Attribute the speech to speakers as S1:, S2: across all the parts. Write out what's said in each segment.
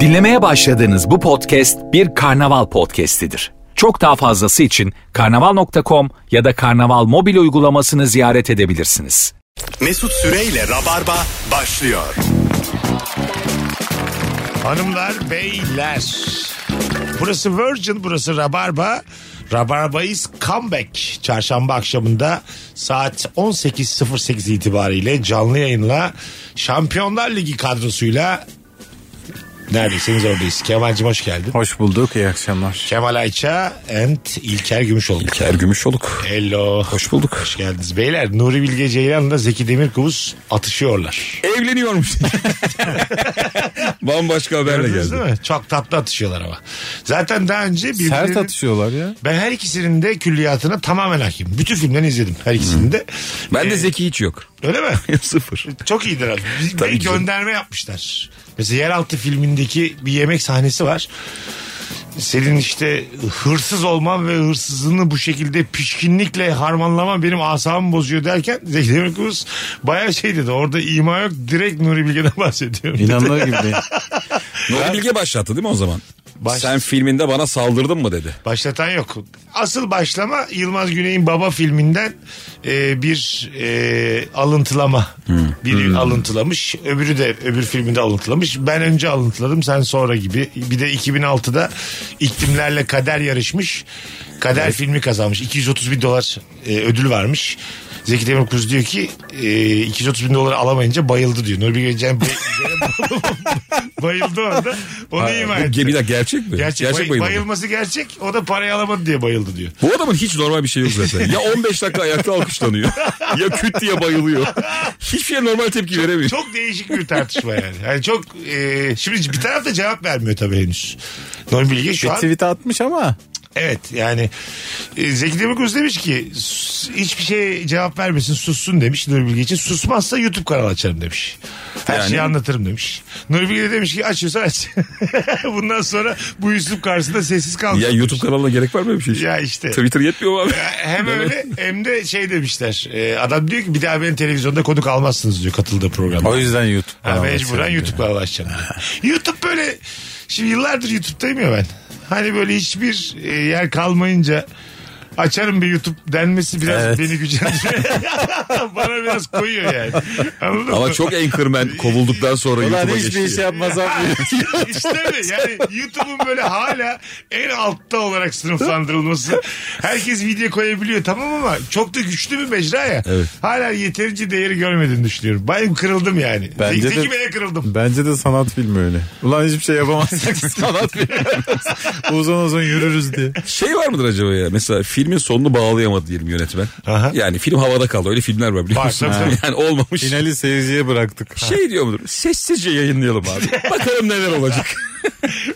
S1: Dinlemeye başladığınız bu podcast bir karnaval podcastidir. Çok daha fazlası için karnaval.com ya da karnaval mobil uygulamasını ziyaret edebilirsiniz.
S2: Mesut Süreyle Rabarba başlıyor.
S3: Hanımlar, beyler. Burası Virgin, burası Rabarba. Rabarba'yız comeback. Çarşamba akşamında saat 18.08 itibariyle canlı yayınla Şampiyonlar Ligi kadrosuyla neredeyseniz oradayız. Kemal'cim hoş geldin.
S4: Hoş bulduk. iyi akşamlar.
S3: Kemal Ayça and İlker Gümüşoğlu.
S4: İlker Gümüşoluk.
S3: Hello.
S4: Hoş bulduk.
S3: Hoş geldiniz. Beyler Nuri Bilge Ceylan'la Zeki Demirkubuz atışıyorlar.
S4: Evleniyormuş. Bambaşka haberle
S3: Gördünüz
S4: geldi.
S3: değil mi? Çok tatlı atışıyorlar ama. Zaten daha önce
S4: Sert
S3: birbirlerinin-
S4: atışıyorlar ya.
S3: Ben her ikisinin de külliyatına tamamen hakim. Bütün filmlerini izledim her ikisini de. Ee,
S5: Ben de zeki hiç yok.
S3: Öyle mi?
S5: Sıfır.
S3: Çok iyidir abi. Bir-
S5: Tabii
S3: bir
S5: canım.
S3: gönderme yapmışlar. Mesela yeraltı filmindeki bir yemek sahnesi var. Senin işte hırsız olman ve hırsızlığını bu şekilde pişkinlikle harmanlaman benim asabımı bozuyor derken Zeki Demirkubuz bayağı şey dedi. Orada ima yok direkt Nuri Bilge'den bahsediyorum. dedi.
S4: İnanılır gibi değil.
S5: Nuri Bilge başlattı değil mi o zaman?
S3: Baş-
S5: Sen filminde bana saldırdın mı dedi.
S3: Başlatan yok. Asıl başlama Yılmaz Güney'in Baba filminden e, bir e, alıntılama. Biri alıntılamış. Öbürü de öbür filminde alıntılamış. Ben önce alıntıladım sen sonra gibi. Bir de 2006'da iklimlerle kader yarışmış. Kader filmi kazanmış. 230 bin dolar e, ödül varmış. Zeki Demirkubuz diyor ki e, 230 bin dolar alamayınca bayıldı diyor. Nuri Bilge Ceylan bay- bayıldı orada. Onu ima
S5: Bu
S3: etti.
S5: ge- bir dakika, gerçek mi?
S3: Gerçek, bay-
S5: bayılma.
S3: bayılması gerçek. O da parayı alamadı diye bayıldı diyor.
S5: Bu adamın hiç normal bir şey yok zaten. Ya 15 dakika ayakta alkışlanıyor. ya küt diye bayılıyor. Hiçbir şeye normal tepki veremiyor.
S3: Çok değişik bir tartışma yani. Yani çok e, şimdi bir taraf da cevap vermiyor tabii henüz. Nuri Bilge şu
S4: Bir
S3: an
S4: tweet atmış ama
S3: evet yani e, Zeki Demirkubuz demiş ki "Sus- hiçbir şeye cevap vermesin sussun demiş Nuri Bilge için. Susmazsa YouTube kanalı açarım demiş. Her
S5: Yani-
S3: şeyi anlatırım demiş. Nuri Bilge de demiş ki açıyorsan aç. Bundan sonra bu üslup karşısında sessiz kalmış.
S5: Ya YouTube kanalına gerek var mı böyle bir şey?
S3: Ya işte.
S5: Twitter yetmiyor mu abi?
S3: Hem öyle hem de şey demişler. E, adam diyor ki bir daha beni televizyonda konuk almazsınız diyor katıldığı programa.
S4: o yüzden YouTube.
S3: Ha,
S4: kanalı
S3: mecburen
S4: açıldı.
S3: YouTube'la ulaşacağım. YouTube böyle şimdi yıllardır YouTube'dayım ya ben. Hani böyle hiçbir e, yer kalmayınca açarım bir YouTube denmesi biraz
S4: Evet.
S3: beni gücendiriyor. Bana biraz koyuyor yani. Anladın
S5: Ama
S3: mı?
S5: çok Anchorman kovulduktan sonra
S4: Ulan
S5: YouTube'a
S4: hiçbir şey
S5: geçti.
S4: iş yapmaz abi.
S3: işte mi? Yani YouTube'un böyle hala en altta olarak sınıflandırılması. Herkes video koyabiliyor tamam ama çok da güçlü bir mecra ya. Hala yeterince değeri görmediğini düşünüyorum. Ben kırıldım yani.
S4: Bence
S3: Zeki
S4: de-
S3: Bey'e kırıldım.
S4: Bence de sanat filmi öyle. Ulan hiçbir şey yapamazsak sanat filmi. uzun uzun yürürüz diye.
S5: Şey var mıdır acaba ya? Mesela filmin sonunu bağlayamadı diyelim yönetmen.
S3: Aha.
S5: Yani film havada kaldı. Öyle filmler var biliyor
S3: Var,
S5: musun?
S3: tabii, tabii.
S5: Yani olmamış.
S4: Finali seyirciye bıraktık.
S5: Şey diyor mudur? Sessizce yayınlayalım abi. Bakalım neler olacak.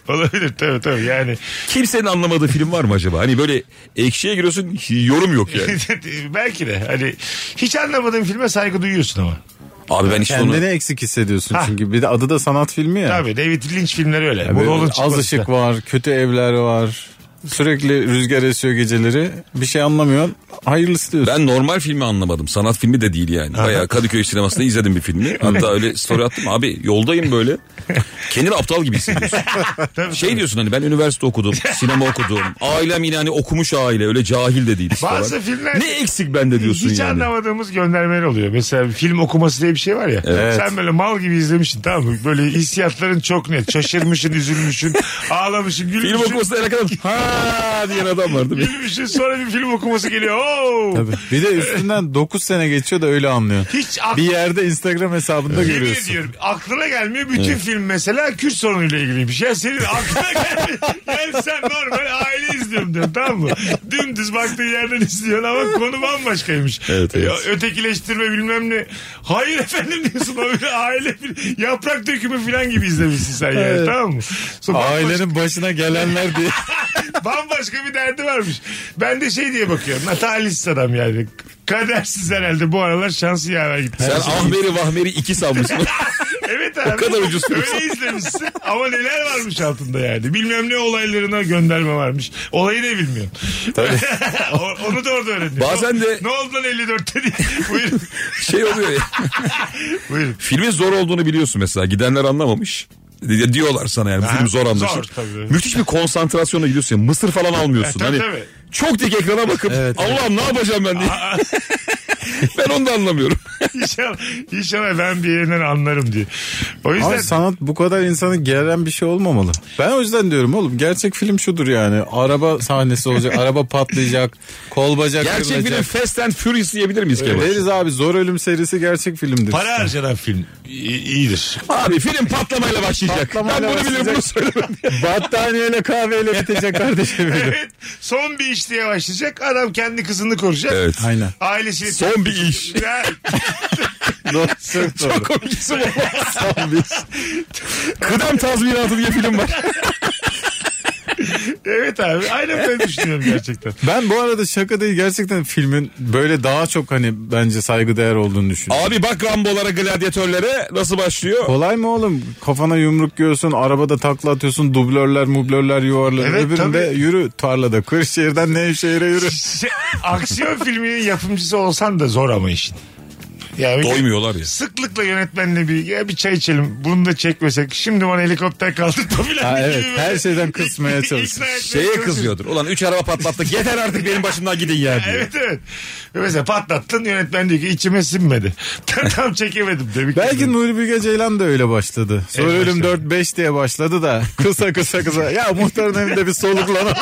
S3: Olabilir tabii tabii yani.
S5: Kimsenin anlamadığı film var mı acaba? Hani böyle ekşiye giriyorsun yorum yok yani.
S3: Belki de hani hiç anlamadığın filme saygı duyuyorsun ama.
S5: Abi ben hiç onu...
S4: Kendini eksik hissediyorsun
S3: Ha.
S4: çünkü bir de adı da sanat filmi ya.
S3: Tabii David Lynch filmleri öyle.
S4: Ya
S3: Bu
S4: böyle
S3: Nolan
S4: az şey
S3: çıkması da.
S4: ışık var, kötü evler var. Sürekli rüzgar esiyor geceleri. Bir şey anlamıyorsun. Hayırlısı diyorsun.
S5: Ben normal filmi anlamadım. Sanat filmi de değil yani. Bayağı Kadıköy sinemasında izledim bir filmi. Hatta öyle story attım. Abi yoldayım böyle. Kendini aptal gibi hissediyorsun.
S3: Tabii,
S5: Şey diyorsun hani ben üniversite okudum. Sinema okudum. Ailem yine hani okumuş aile. Öyle cahil de değiliz falan.
S3: Bazı filmler-
S5: Ne eksik bende diyorsun
S3: Hiç
S5: yani.
S3: anlamadığımız göndermeler oluyor. Mesela film okuması diye bir şey var ya. Sen böyle mal gibi izlemişsin tamam mı? Böyle hissiyatların çok net. Şaşırmışsın, üzülmüşsün, ağlamışsın, gülmüşsün.
S5: Film okumasına ne kadar ha diyen adam vardı. Bir-
S3: Gülmüşsün sonra bir film okuması geliyor. Oo!
S4: Tabii. Bir de üstünden 9 sene geçiyor da öyle anlıyorsun.
S3: Hiç aklı,
S4: Bir yerde Instagram hesabında
S3: yemin
S4: görüyorsun.
S3: ediyorum aklına gelmiyor. Bütün film mesela Kürt sorunuyla ilgiliymiş. Ya senin aklına gelmiyor. yani sen normal aile izliyorum diyorsun tamam mı? Dümdüz baktığın yerden izliyorsun ama konu bambaşkaymış.
S5: Evet, evet.
S3: Ya, ötekileştirme bilmem ne. Hayır efendim diyorsun. O öyle aile fil- yaprak dökümü falan gibi izlemişsin sen yani tamam mı? Sonra bambaşka,
S4: Ailenin başına gelenler diye.
S3: bambaşka bir derdi varmış. Ben de şey diye bakıyorum. Natalist adam yani. Kadersiz herhalde bu aralar şansı yaver gitti.
S5: Sen Ahmeri Vahmeri iki sanmışsın.
S3: Evet abi. O
S5: kadar ucuz fiyat.
S3: Öyle izlemişsin ama neler varmış altında yani. Bilmem ne olaylarına gönderme varmış. Olayı ne bilmiyorum. Tabii. Onu da orada öğrendim.
S5: Bazen de-
S3: Ne oldu lan 54'te diye. Buyurun.
S5: Şey oluyor ya.
S3: Buyurun.
S5: Filmin zor olduğunu biliyorsun mesela. Gidenler anlamamış. Di- Diyorlar sana yani bu
S3: Ha,
S5: film zor anlaşılır.
S3: zor tabii.
S5: Müthiş bir konsantrasyona gidiyorsun. ya. Mısır falan almıyorsun.
S3: E, tabii,
S5: hani
S3: tabii.
S5: çok dik ekrana bakıp Allah'ım ne yapacağım ben diye. ben onu da anlamıyorum.
S3: İnşallah, inşallah ben bir yerinden anlarım diye. O yüzden
S4: Ama sanat bu kadar insanı geren bir şey olmamalı. Ben o yüzden diyorum oğlum gerçek film şudur yani. Araba sahnesi olacak, araba patlayacak, kol bacak
S5: Gerçek
S4: kırılacak.
S5: film Fast and Furious diyebilir miyiz Kemal?
S4: Deriz abi zor ölüm serisi gerçek filmdir.
S3: para harcanan film i- iyidir.
S5: Abi film patlamayla başlayacak.
S4: Patlamayla
S5: ben bunu biliyorum
S4: başlayacak.
S5: bunu söylemem.
S4: Battaniyeyle kahveyle bitecek kardeşim. benim.
S3: Evet. Son bir iş diye başlayacak. Adam kendi kızını koruyacak.
S5: Evet.
S4: Aynen.
S3: Ailesini...
S5: Son bir iş.
S3: Ya,
S4: Doğru, çok doğru.
S5: Komikisi bu. Kıdem tazminatı diye film var.
S3: evet abi. Aynen böyle düşünüyorum gerçekten.
S4: Ben bu arada şaka değil gerçekten filmin böyle daha çok hani bence saygıdeğer olduğunu düşünüyorum.
S5: Abi bak Rambo'lara, gladyatörlere nasıl başlıyor?
S4: Kolay mı oğlum? Kafana yumruk yiyorsun, arabada takla atıyorsun, dublörler, mublörler, yuvarlar.
S3: Evet,
S4: Öbüründe
S3: tabii.
S4: yürü tarlada, Kırşehir'den Nevşehir'e yürü.
S3: Şey, aksiyon filminin yapımcısı olsan da zor ama işin. Yani bir-
S5: Doymuyorlar ya.
S3: Sıklıkla yönetmenle bir ya bir çay içelim. Bunu da çekmesek. Şimdi bana helikopter kaldırtma falan
S4: Ha,
S3: gibi
S4: evet,
S3: böyle.
S4: her şeyden kısmaya çalışır.
S3: İkna etmeye
S5: Şeye
S3: çalışır.
S5: kızıyordur. Ulan 3 araba patlattık yeter artık benim başımdan gidin ya diye.
S3: Evet evet. Ve Mesela patlattın yönetmen diyor ki içime sinmedi. Tam çekemedim demek.
S4: Belki Nuri Bilge Ceylan da öyle başladı. Sonra
S3: Evet,
S4: ölüm
S3: başladı.
S4: 4-5 diye başladı da kısa kısa kısa. Ya muhtarın evinde bir soluklanalım.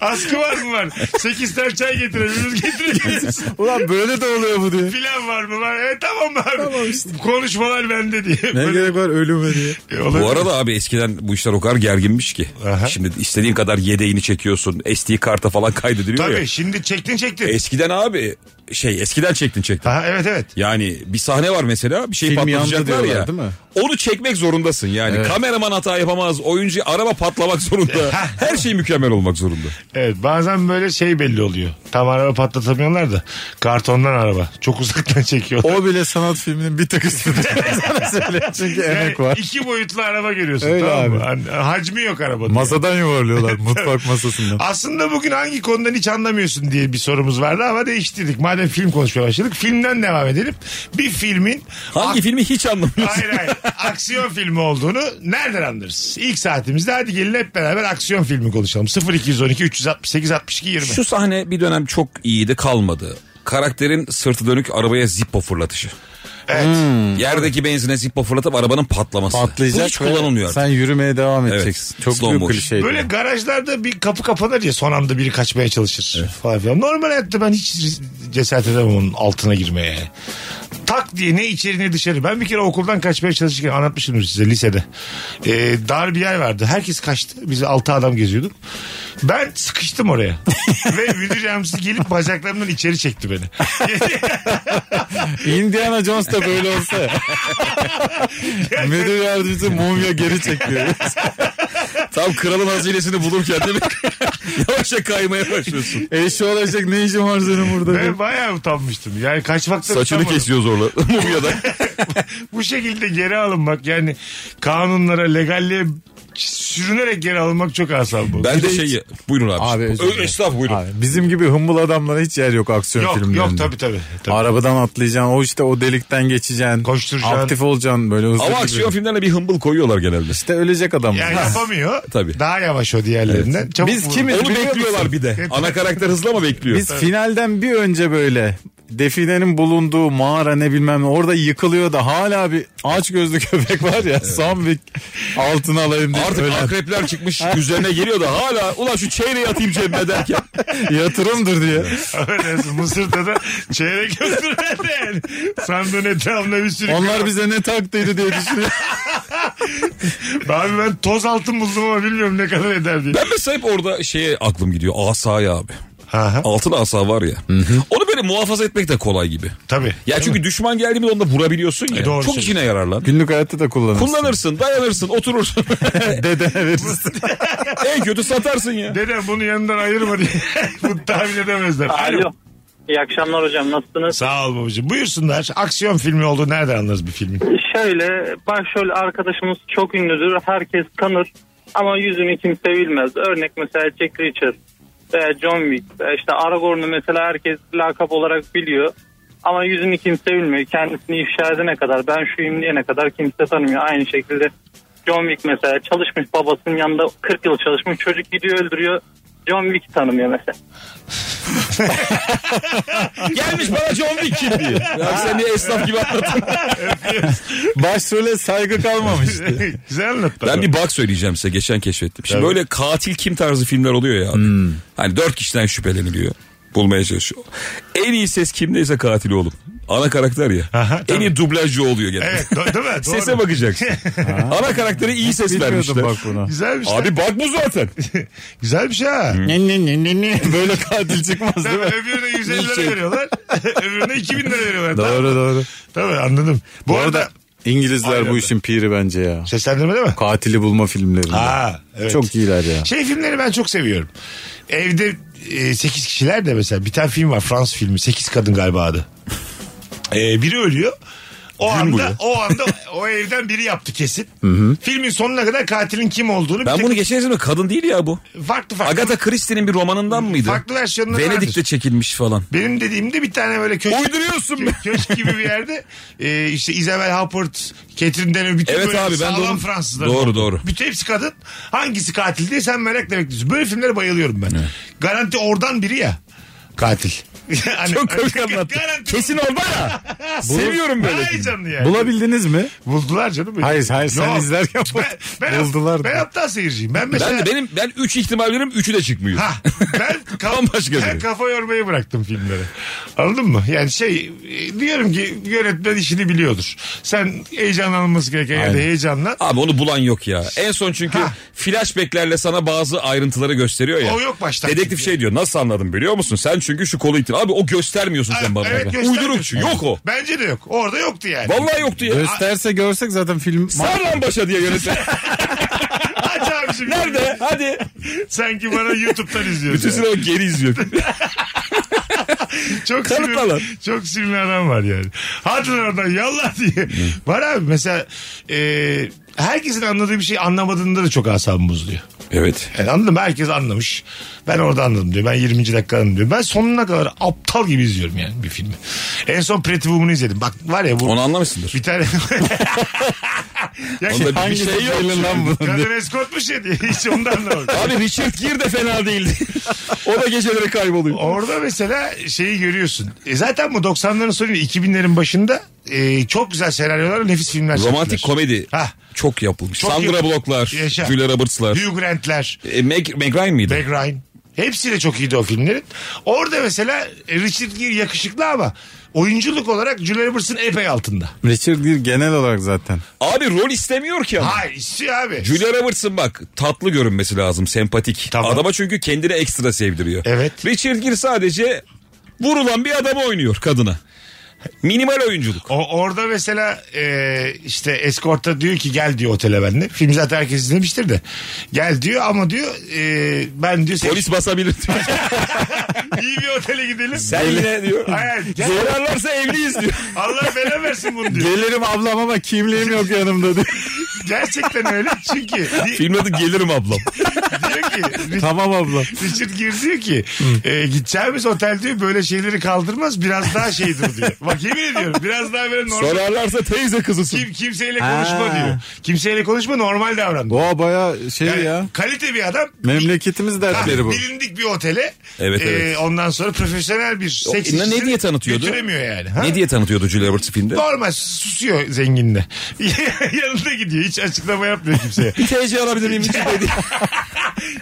S3: Askı var mı var? Sekiz tane çay getirebiliriz getirebiliriz.
S4: Ulan böyle de oluyor bu diye.
S3: Plan var mı var? Evet tamam abi. Konuşmalar bende diye.
S4: Ne gerek var ölüme diye.
S5: Bu arada abi eskiden bu işler o kadar gerginmiş ki.
S3: Aha.
S5: Şimdi istediğin kadar yedeğini çekiyorsun. SD karta falan kaydediliyor
S3: Tabii
S5: ya.
S3: şimdi çektin çektin.
S5: Eskiden abi şey eskiden çektin çektin.
S3: Aha, evet evet.
S5: Yani bir sahne var mesela bir şey
S4: Film yandı
S5: patlatacaklar
S4: diyorlar,
S5: ya.
S4: değil mi?
S5: Onu çekmek zorundasın yani. Kameraman hata yapamaz. Oyuncu araba patlamak zorunda. Her şey mükemmel olmak zorunda.
S3: Evet bazen böyle şey belli oluyor. Tam araba patlatamıyorlar da kartondan araba. Çok uzaktan çekiyorlar.
S4: O bile sanat filminin bir tık üstünde. Sana söyleyeyim çünkü emek
S3: Yani
S4: var.
S3: İki boyutlu araba görüyorsun
S4: Öyle
S3: tamam mı?
S4: abi.
S3: Hani Hacmi yok arabada.
S4: Masadan yuvarlıyorlar mutfak masasından.
S3: Aslında bugün hangi konudan hiç anlamıyorsun diye bir sorumuz vardı ama değiştirdik. Madem film konuşmaya başladık filmden devam edelim. Bir filmin
S5: Hangi filmi hiç anlamıyorsun.
S3: hayır hayır aksiyon filmi olduğunu nereden anlarız? İlk saatimizde hadi gelin hep beraber aksiyon filmi konuşalım. 0212 368 62 20.
S5: Şu sahne bir dönem çok iyiydi kalmadı. Karakterin sırtı dönük arabaya zippo fırlatışı. Hmm.
S3: Evet.
S5: Yerdeki benzine zippo fırlatıp arabanın patlaması. Bu hiç
S4: ve
S5: kullanılmıyor artık.
S4: Sen yürümeye devam
S5: Evet.
S4: edeceksin. Çok
S5: Slow
S4: büyük
S5: motion.
S4: klişeydi.
S3: Böyle garajlarda bir kapı kapanır ya son anda biri kaçmaya çalışır falan filan. Normal hayatta ben hiç cesaret edemem onun altına girmeye. Tak diye ne içeri ne dışarı. Ben bir kere okuldan kaçmaya çalışırken anlatmışımdır size lisede. Ee, dar bir yer vardı. Herkes kaçtı. Biz altı adam geziyorduk. Ben sıkıştım oraya. Ve müdür yardımcısı gelip bacaklarımdan içeri çekti beni.
S4: Indiana Jones da böyle olsa. Müdür yardımcısı mumya geri çekiyor.
S5: Tam kralın hazinesini bulurken değil mi? Yavaşça kaymaya başlıyorsun.
S4: Eşi olacak ne işin var senin burada? diye.
S3: Ve bayağı utanmıştım. Yani kaçmaktan
S5: Saçını
S3: utanmadım.
S5: kesiyor zorla. Mumya'da.
S3: bu şekilde geri alınmak yani kanunlara legalliğe sürünerek geri alınmak çok asal bu.
S5: Ben de şey... Buyurun abi.
S4: Abi, özür dilerim.
S5: Ö- Estağfurullah buyurun.
S4: Abi, bizim gibi hımbıl adamlara hiç yer yok aksiyon
S3: Yok
S4: filmlerinde.
S3: yok tabii tabii. tabii.
S4: Arabadan atlayacaksın o işte o delikten geçeceksin.
S3: Koşturacaksın.
S4: Aktif olacaksın böyle hızlı.
S5: Ama
S4: gibi.
S5: aksiyon filmlerine bir hımbıl koyuyorlar genelde.
S4: İşte ölecek adam.
S3: Yani yapamıyor.
S5: Tabii.
S3: Daha yavaş o diğerlerinden. Çabuk
S4: Biz
S3: vurur.
S4: kimiz?
S5: Onu
S4: Biliyor
S5: bekliyorlar
S4: musun?
S5: bir de. Ana karakter hızlı ama bekliyor.
S4: Biz finalden bir önce böyle definenin bulunduğu mağara ne bilmem ne orada yıkılıyor da hala bir aç gözlü köpek var ya son bir altın alayım diye
S5: Artık
S4: ölen.
S5: akrepler çıkmış üzerine geliyor da hala ulan şu çeyreği atayım cebime derken.
S4: yatırımdır diye.
S3: Öyleyse Mısır'da da çeyrek öldürürler yani. Sandığın etrafında bir sürü.
S4: Onlar bize ne taktıydı diye düşünüyor.
S3: Abi ben toz altın buldum ama bilmiyorum ne kadar eder diye.
S5: Ben mesela hep orada şeye aklım gidiyor asaya abi.
S3: Aha,
S5: Altın asa var ya. Onu böyle muhafaza etmek de kolay gibi.
S3: tabii.
S5: Ya çünkü düşman geldiğinde onu da vurabiliyorsun ya.
S3: E doğru
S5: Çok
S3: söylüyorsun.
S5: işine yarar lan.
S4: Günlük hayatta da kullanırsın.
S5: Kullanırsın, dayanırsın, oturursun.
S4: Dedene verirsin.
S5: en kötü satarsın ya.
S3: Dedem bunu yanından ayırma diye. Bunu tahmin edemezler.
S6: Alo. İyi akşamlar hocam nasılsınız?
S3: Sağ ol babacığım. Buyursunlar. Aksiyon filmi oldu. Nereden anlarız bir filmin?
S6: Şöyle başrol arkadaşımız çok ünlüdür. Herkes tanır ama yüzünü kimse bilmez. Örnek mesela Jack Richard veya John Wick veya işte Aragorn'u mesela herkes lakap olarak biliyor. Ama yüzünü kimse bilmiyor. Kendisini ifşa edene kadar ben şuyum diyene kadar kimse tanımıyor. Aynı şekilde John Wick mesela çalışmış babasının yanında 40 yıl çalışmış çocuk gidiyor öldürüyor. John Wick tanımıyor mesela.
S5: Gelmiş bana John Wick kim diye. Ya sen niye esnaf gibi anlatın?
S4: Başrole saygı kalmamıştı.
S3: Güzel anlattı.
S5: Ben bir bak söyleyeceğim size geçen keşfettim. Şimdi böyle katil kim tarzı filmler oluyor ya. abi. Hani dört kişiden şüpheleniliyor. Bulmaya çalışıyor. En iyi ses kimdeyse katili oğlum. Ana karakter ya.
S3: Aha,
S5: en
S3: tamam.
S5: iyi dublajcı oluyor genelde.
S3: Evet do- değil mi? Doğru.
S5: Sese bakacaksın. Ana karaktere iyi ses vermişler.
S4: Bilmiyordum bak buna.
S3: Güzel bir şey.
S5: Abi bak bu zaten.
S3: Güzel bir şey ha.
S4: Ne ne ne ne ne. Böyle katil çıkmaz değil
S3: Tabii
S4: mi?
S3: öbürüne 150 lira veriyorlar. öbürüne 2000 lira veriyorlar. Tamam,
S4: doğru doğru.
S3: Tabii anladım. Bu,
S4: Bu
S3: arada,
S4: arada İngilizler bu işin piri bence ya.
S3: seslendirme değil mi?
S4: Katili bulma filmlerinde.
S3: Ha, evet.
S4: Çok iyiler ya.
S3: Şey filmleri ben çok seviyorum. Evde 8 kişiler de mesela bir tane film var Fransız filmi 8 kadın galiba adı.
S5: Ee,
S3: E, biri ölüyor. O
S5: bu
S3: anda
S5: ya.
S3: o anda o evden biri yaptı kesin. Filmin sonuna kadar katilin kim olduğunu bir
S5: Ben
S3: tek-
S5: bunu geçen sene kadın değil ya bu.
S3: farklı farklı
S5: Agatha Christie'nin bir romanından mıydı?
S3: farklı versiyonları
S5: Venedik'te
S3: vardır.
S5: çekilmiş falan.
S3: Benim dediğimde bir tane böyle köşk,
S5: Uyduruyorsun be.
S3: köşk gibi bir yerde e, işte Isabel Huppert, Catherine Deneuve bütün
S5: Evet
S3: böyle
S5: abi, ben de
S3: sağlam
S5: onu-
S3: Fransızlar.
S5: Doğru, doğru.
S3: Bütün hepsi kadın. Hangisi katil diye sen merakla bekliyorsun. Böyle filmlere bayılıyorum ben. Garanti oradan biri ya katil. Hani-
S5: Çok komik anlattı.
S3: Garanti-
S5: Kesin ol bana. Seviyorum böyle.
S3: Ay canlı yani.
S4: Bulabildiniz mi?
S3: Buldular canım. beni.
S4: Hayır, hayır, sen izlerken
S3: ben, ben,
S4: buldular da.
S3: Ben aptal seyirciyim. Ben mesela...
S5: Ben de benim ben 3 ihtimal veririm 3'ü de çıkmıyor.
S3: Ha, ben, kaf-
S5: Bambaşka
S3: ben
S5: biri.
S3: kafa yormayı bıraktım filmlere. Anladın mı? Yani şey e, diyorum ki yönetmen işini biliyordur. Sen heyecanlanması gereken yerde heyecanlan.
S5: Abi onu bulan yok ya. En son çünkü flashbacklerle sana bazı ayrıntıları gösteriyor ya.
S3: O yok baştan.
S5: Dedektif şey diyor nasıl anladım biliyor musun? Sen çünkü şu kolu ittin. Abi o göstermiyorsun sen bana.
S3: Evet, göstermiyorsun.
S5: Uyduruk şu yok o.
S3: Bence de yok. Orada yoktu yani.
S5: Vallahi yoktu ya.
S4: Gösterse görsek zaten film...
S5: Sar lan başa diye yönetmen.
S3: Aç abi şimdi.
S5: Nerede? Hadi.
S3: Sanki bana YouTube'dan izliyorsun.
S5: Bütün
S3: yani.
S5: sinema geri izliyor.
S3: Çok
S5: Kanıtla lan.
S3: sinirli, çok sinirli adam var yani. Hadi lan oradan yallah diye. var abi mesela e, herkesin anladığı bir şey anlamadığında da çok asabım bozuluyor.
S5: evet.
S3: Yani E, anladım herkes anlamış. Ben orada anladım diyor. Ben 20. dakika anladım diyor. Ben sonuna kadar aptal gibi izliyorum yani bir filmi. En son Pretty Woman'ı izledim. Bak var ya şey- bu
S5: Onu anlamışsındır.
S3: bir tane... ya
S5: Onda bir
S4: Hangisi
S5: şey yok.
S4: belli lan bunun?
S3: Kadın eskortmuş ya diye. Hiç onu da anlamadım.
S5: Abi Richard Gere de fena değildi. o da geceleri kayboluyor.
S3: Orada mesela şeyi görüyorsun. E zaten bu 90'ların sonu 2000'lerin başında e, çok güzel senaryolarla nefis filmler
S5: Romantik
S3: çektiler.
S5: komedi
S3: Hah.
S5: çok yapılmış.
S3: Çok
S5: Sandra
S3: yap-
S5: Block'lar,
S3: Yaşa.
S5: Julia Roberts'lar.
S3: Hugh Grant'ler.
S5: E, Meg, Meg Ryan mıydı?
S3: Meg Ryan. Hepsi de çok iyiydi o filmlerin. Orada mesela Richard Gere yakışıklı ama oyunculuk olarak Julia Roberts'ın epey altında.
S4: Richard Gere genel olarak zaten.
S5: Abi rol istemiyor ki ama.
S3: Hayır istiyor abi.
S5: Julia Roberts'ın bak tatlı görünmesi lazım, sempatik.
S3: Tamam.
S5: Adama çünkü kendini ekstra sevdiriyor.
S3: Evet.
S5: Richard Gere sadece vurulan bir adamı oynuyor kadına. Minimal oyunculuk.
S3: O, orada mesela e, işte eskorta diyor ki gel diyor otele benimle. Film zaten herkes izlemiştir de. Gel diyor ama diyor e, ben diyor
S5: Polis basabilir.
S3: iyi bir otele gidelim.
S5: Sen yine diyor.
S3: Hayır, gel.
S5: Zorlarlarsa evliyiz diyor.
S3: Allah bela versin bunu diyor.
S4: Gelirim ablam ama kimliğim yok yanımda diye.
S3: Gerçekten öyle çünkü di-
S5: Film adı Gelirim Ablam.
S3: diyor ki
S4: tamam abla.
S3: Richard Gere diyor ki e, gideceğimiz otel diyor böyle şeyleri kaldırmaz biraz daha şeydir diyor. Bak yemin ediyorum biraz daha böyle normal.
S5: Sorarlarsa teyze kızısın.
S3: Kim, kimseyle konuşma
S4: Ha.
S3: diyor. Kimseyle konuşma normal davran. diyor.
S4: Doğa baya şey
S3: Yani
S4: ya.
S3: Kalite bir adam.
S4: Memleketimiz dertleri bu.
S3: Bilindik bir otele.
S5: Evet,
S3: E,
S5: evet.
S3: ondan sonra profesyonel bir seks
S5: ne
S3: işçisini
S5: diye tanıtıyordu?
S3: Götüremiyor yani. Ha?
S5: Ne diye tanıtıyordu Julia Roberts filmde?
S3: Normal susuyor zenginle. Yanında gidiyor. Hiç açıklama yapmıyor kimseye.
S5: Bir TC alabilir miyim? Hiç dedi.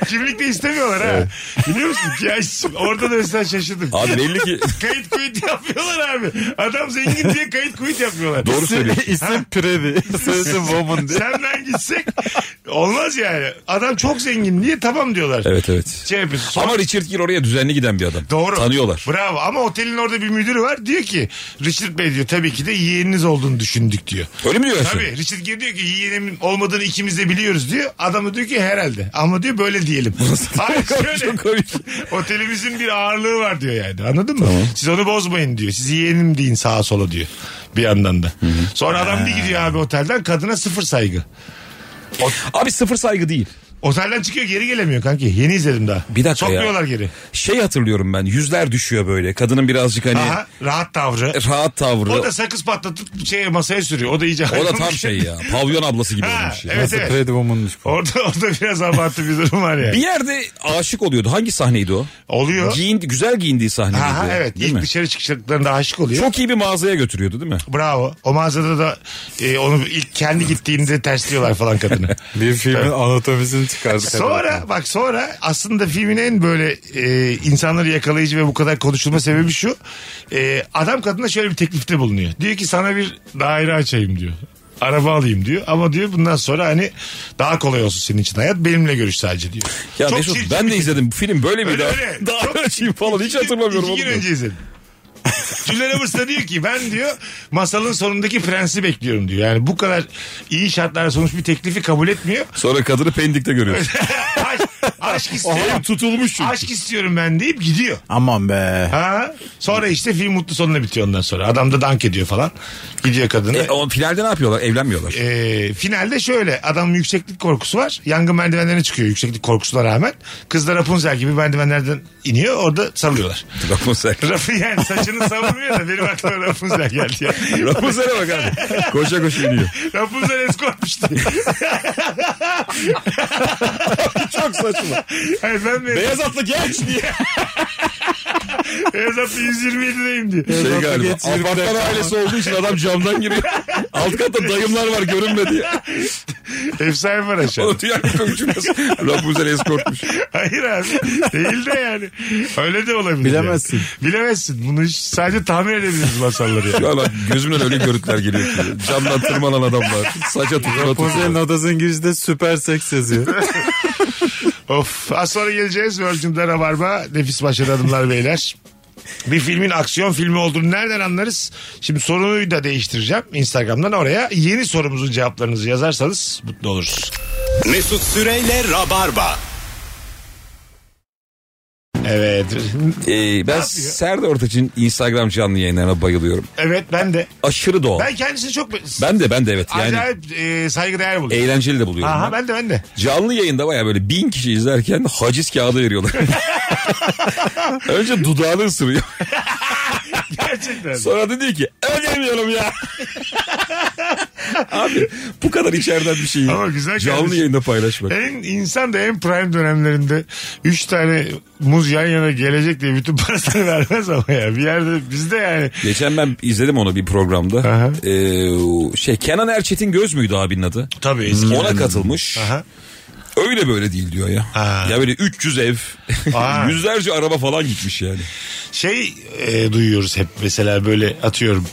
S3: Kimlik de istemiyorlar ha. Biliyor musun? Ya, hiç- orada da mesela şaşırdım.
S5: Abi belli ki
S3: kayıt kuyut yapıyorlar abi. Adam zengin diye kayıt kuyut yapıyorlar.
S5: doğru söylüyorsun.
S4: İsim Previ. Soyisim Woman diye.
S3: Senden gitsek olmaz yani. Adam çok zengin diye tamam diyorlar.
S5: Evet evet.
S3: Şey yapıyorsun. sonra-
S5: Ama Richard Gere oraya düzenli giden bir adam.
S3: Doğru.
S5: Tanıyorlar.
S3: Bravo ama otelin orada bir müdürü var. Diyor ki Richard Bey diyor tabii ki de yeğeniniz olduğunu düşündük diyor.
S5: Öyle mi diyorsun?
S3: Tabii Richard Gere diyor ki yeğenimin benim olmadığını ikimiz de biliyoruz diyor. Adam da diyor ki herhalde. Ama diyor böyle diyelim. Hayır şöyle. Otelimizin bir ağırlığı var diyor yani. Anladın mı? Siz onu bozmayın diyor. Siz yeğenim deyin sağa sola diyor. Bir yandan da. Sonra adam bir gidiyor abi otelden kadına sıfır saygı.
S5: Abi sıfır saygı değil.
S3: Otelden çıkıyor geri gelemiyor kanki. Yeni izledim daha.
S5: Bir dakika ya.
S3: Sokmuyorlar geri.
S5: Şey hatırlıyorum ben yüzler düşüyor böyle. Kadının birazcık hani
S3: Aha, rahat tavrı.
S5: rahat tavrı.
S3: O da sakız patlatıp şey masaya sürüyor. O da iyice
S5: O da
S3: hayvan
S5: tam
S3: bir
S5: şey ya. Pavyon ablası gibi
S3: Ha,
S5: olmuş ya.
S3: evet,
S4: Nasıl
S3: evet.
S4: Pretty Woman'mış bu?
S3: Orada, orada biraz abartı bir durum var ya.
S5: Bir yerde aşık oluyordu. Hangi sahneydi o?
S3: Oluyor.
S5: Giyin, güzel giyindiği sahneydi.
S3: Aha, evet.
S5: Değil
S3: İlk şey.
S5: mi?
S3: dışarı çıkışlarında aşık oluyor.
S5: Çok iyi bir mağazaya götürüyordu değil mi?
S3: Bravo. O mağazada da e, onu ilk kendi gittiğinde tersliyorlar falan kadını.
S4: Bir filmin anatomisini çıkardık.
S3: Sonra bak sonra aslında filmin en böyle e, insanları yakalayıcı ve bu kadar konuşulma sebebi şu. E, adam kadına şöyle bir teklifte bulunuyor. Diyor ki sana bir daire açayım diyor. Araba alayım diyor ama diyor bundan sonra hani daha kolay olsun senin için hayat benimle görüş sadece diyor.
S5: Ya
S3: Çok
S5: Mesut
S3: çirkin
S5: ben
S3: bir
S5: de
S3: film.
S5: izledim. Bu film böyle miydi?
S3: Öyle
S5: abi?
S3: öyle.
S5: Daha
S3: Çok-
S5: açayım falan hiç
S3: İki gün-
S5: hatırlamıyorum.
S3: İki gün
S5: oğlum.
S3: önce izledim. Tülin Havas da diyor ki ben diyor masalın sonundaki prensi bekliyorum diyor. Yani bu kadar iyi şartlarda sonuç bir teklifi kabul etmiyor.
S5: Sonra kadını pendikte görüyorsun.
S3: aşk, aşk istiyorum.
S5: Hem tutulmuş çünkü.
S3: aşk istiyorum ben deyip gidiyor.
S4: Aman be.
S3: Ha? Sonra işte film mutlu sonuna bitiyor ondan sonra. Adam da dank ediyor falan. Gidiyor kadını.
S5: E, o finalde ne yapıyorlar? Evlenmiyorlar.
S3: Ee, finalde şöyle adam yükseklik korkusu var. Yangın merdivenlerine çıkıyor yükseklik korkusuna rağmen. Kız da Rapunzel gibi merdivenlerden iniyor orada sarılıyorlar.
S5: Rapunzel.
S3: Rafı yani saçını savurmuyor da benim aklıma Rapunzel geldi. ya.
S5: Rapunzel'e bak abi. Koşa koşa iniyor.
S3: Rapunzel eskortmuş diye.
S5: Çok saçma.
S3: Hayır ben be
S5: Beyaz atlı genç diye.
S3: Beyaz atlı 127'deyim diye.
S5: Şey
S4: atlı
S5: galiba.
S4: genç zirvede.
S5: Apartman ailesi olduğu için adam camdan giriyor. Alt katta dayımlar var görünme diye.
S3: Efsane var aşağıda.
S5: Onu tüyer bir komşumuz. Rapunzel eskortmuş.
S3: Hayır abi. Değil de yani. Öyle de olabilir.
S4: Bilemezsin.
S3: yani. Bilemezsin. Bunu hiç- sadece tahmin edebiliriz masalları. Yani.
S5: Şu an bak gözümden öyle görüntüler geliyor ki. Camdan tırmanan adamlar. Saça tutma
S4: Pozel'in
S5: tutma.
S4: odasının girişinde süper seks yazıyor.
S3: Of. Az sonra geleceğiz. Virgin'de Rabarba. Nefis başladı adımlar beyler. Bir filmin aksiyon filmi olduğunu nereden anlarız? Şimdi soruyu da değiştireceğim Instagram'dan oraya. Yeni sorumuzun cevaplarınızı yazarsanız mutlu oluruz.
S2: Mesut Süreyle Rabarba.
S3: Evet.
S5: Ee, ben Serdar Ortaç'ın Instagram canlı yayınlarına bayılıyorum.
S3: Evet ben de.
S5: Aşırı doğal.
S3: Ben kendisini çok...
S5: Ben de ben de evet. Yani
S3: Acayip e, saygıdeğer buluyorum.
S5: eğlenceli de buluyorum.
S3: Aha
S5: ben.
S3: ben de ben de.
S5: Canlı yayında baya böyle bin kişi izlerken haciz kağıdı veriyorlar. Önce dudağını ısırıyor.
S3: Gerçekten.
S5: Sonra da diyor ki ödemiyorum ya. Abi bu kadar içeriden bir şey.
S3: Ama güzel
S5: Canlı
S3: kardeşim. Eh.
S5: yayında paylaşmak.
S3: En insan da en prime dönemlerinde 3 tane muz yan yana gelecek diye bütün parasını vermez ama ya. Bir yerde bizde yani.
S5: Geçen ben izledim onu bir
S3: Aha.
S5: programda. Ee, o şey Kenan Erçetin Göz müydü abinin adı?
S3: Tabii eski.
S5: Ona katılmış.
S3: Aha.
S5: Öyle böyle değil diyor ya.
S3: Ha.
S5: Ya böyle 300 ev,
S3: Aa.
S5: yüzlerce araba falan gitmiş yani.
S3: Şey e, duyuyoruz hep mesela böyle atıyorum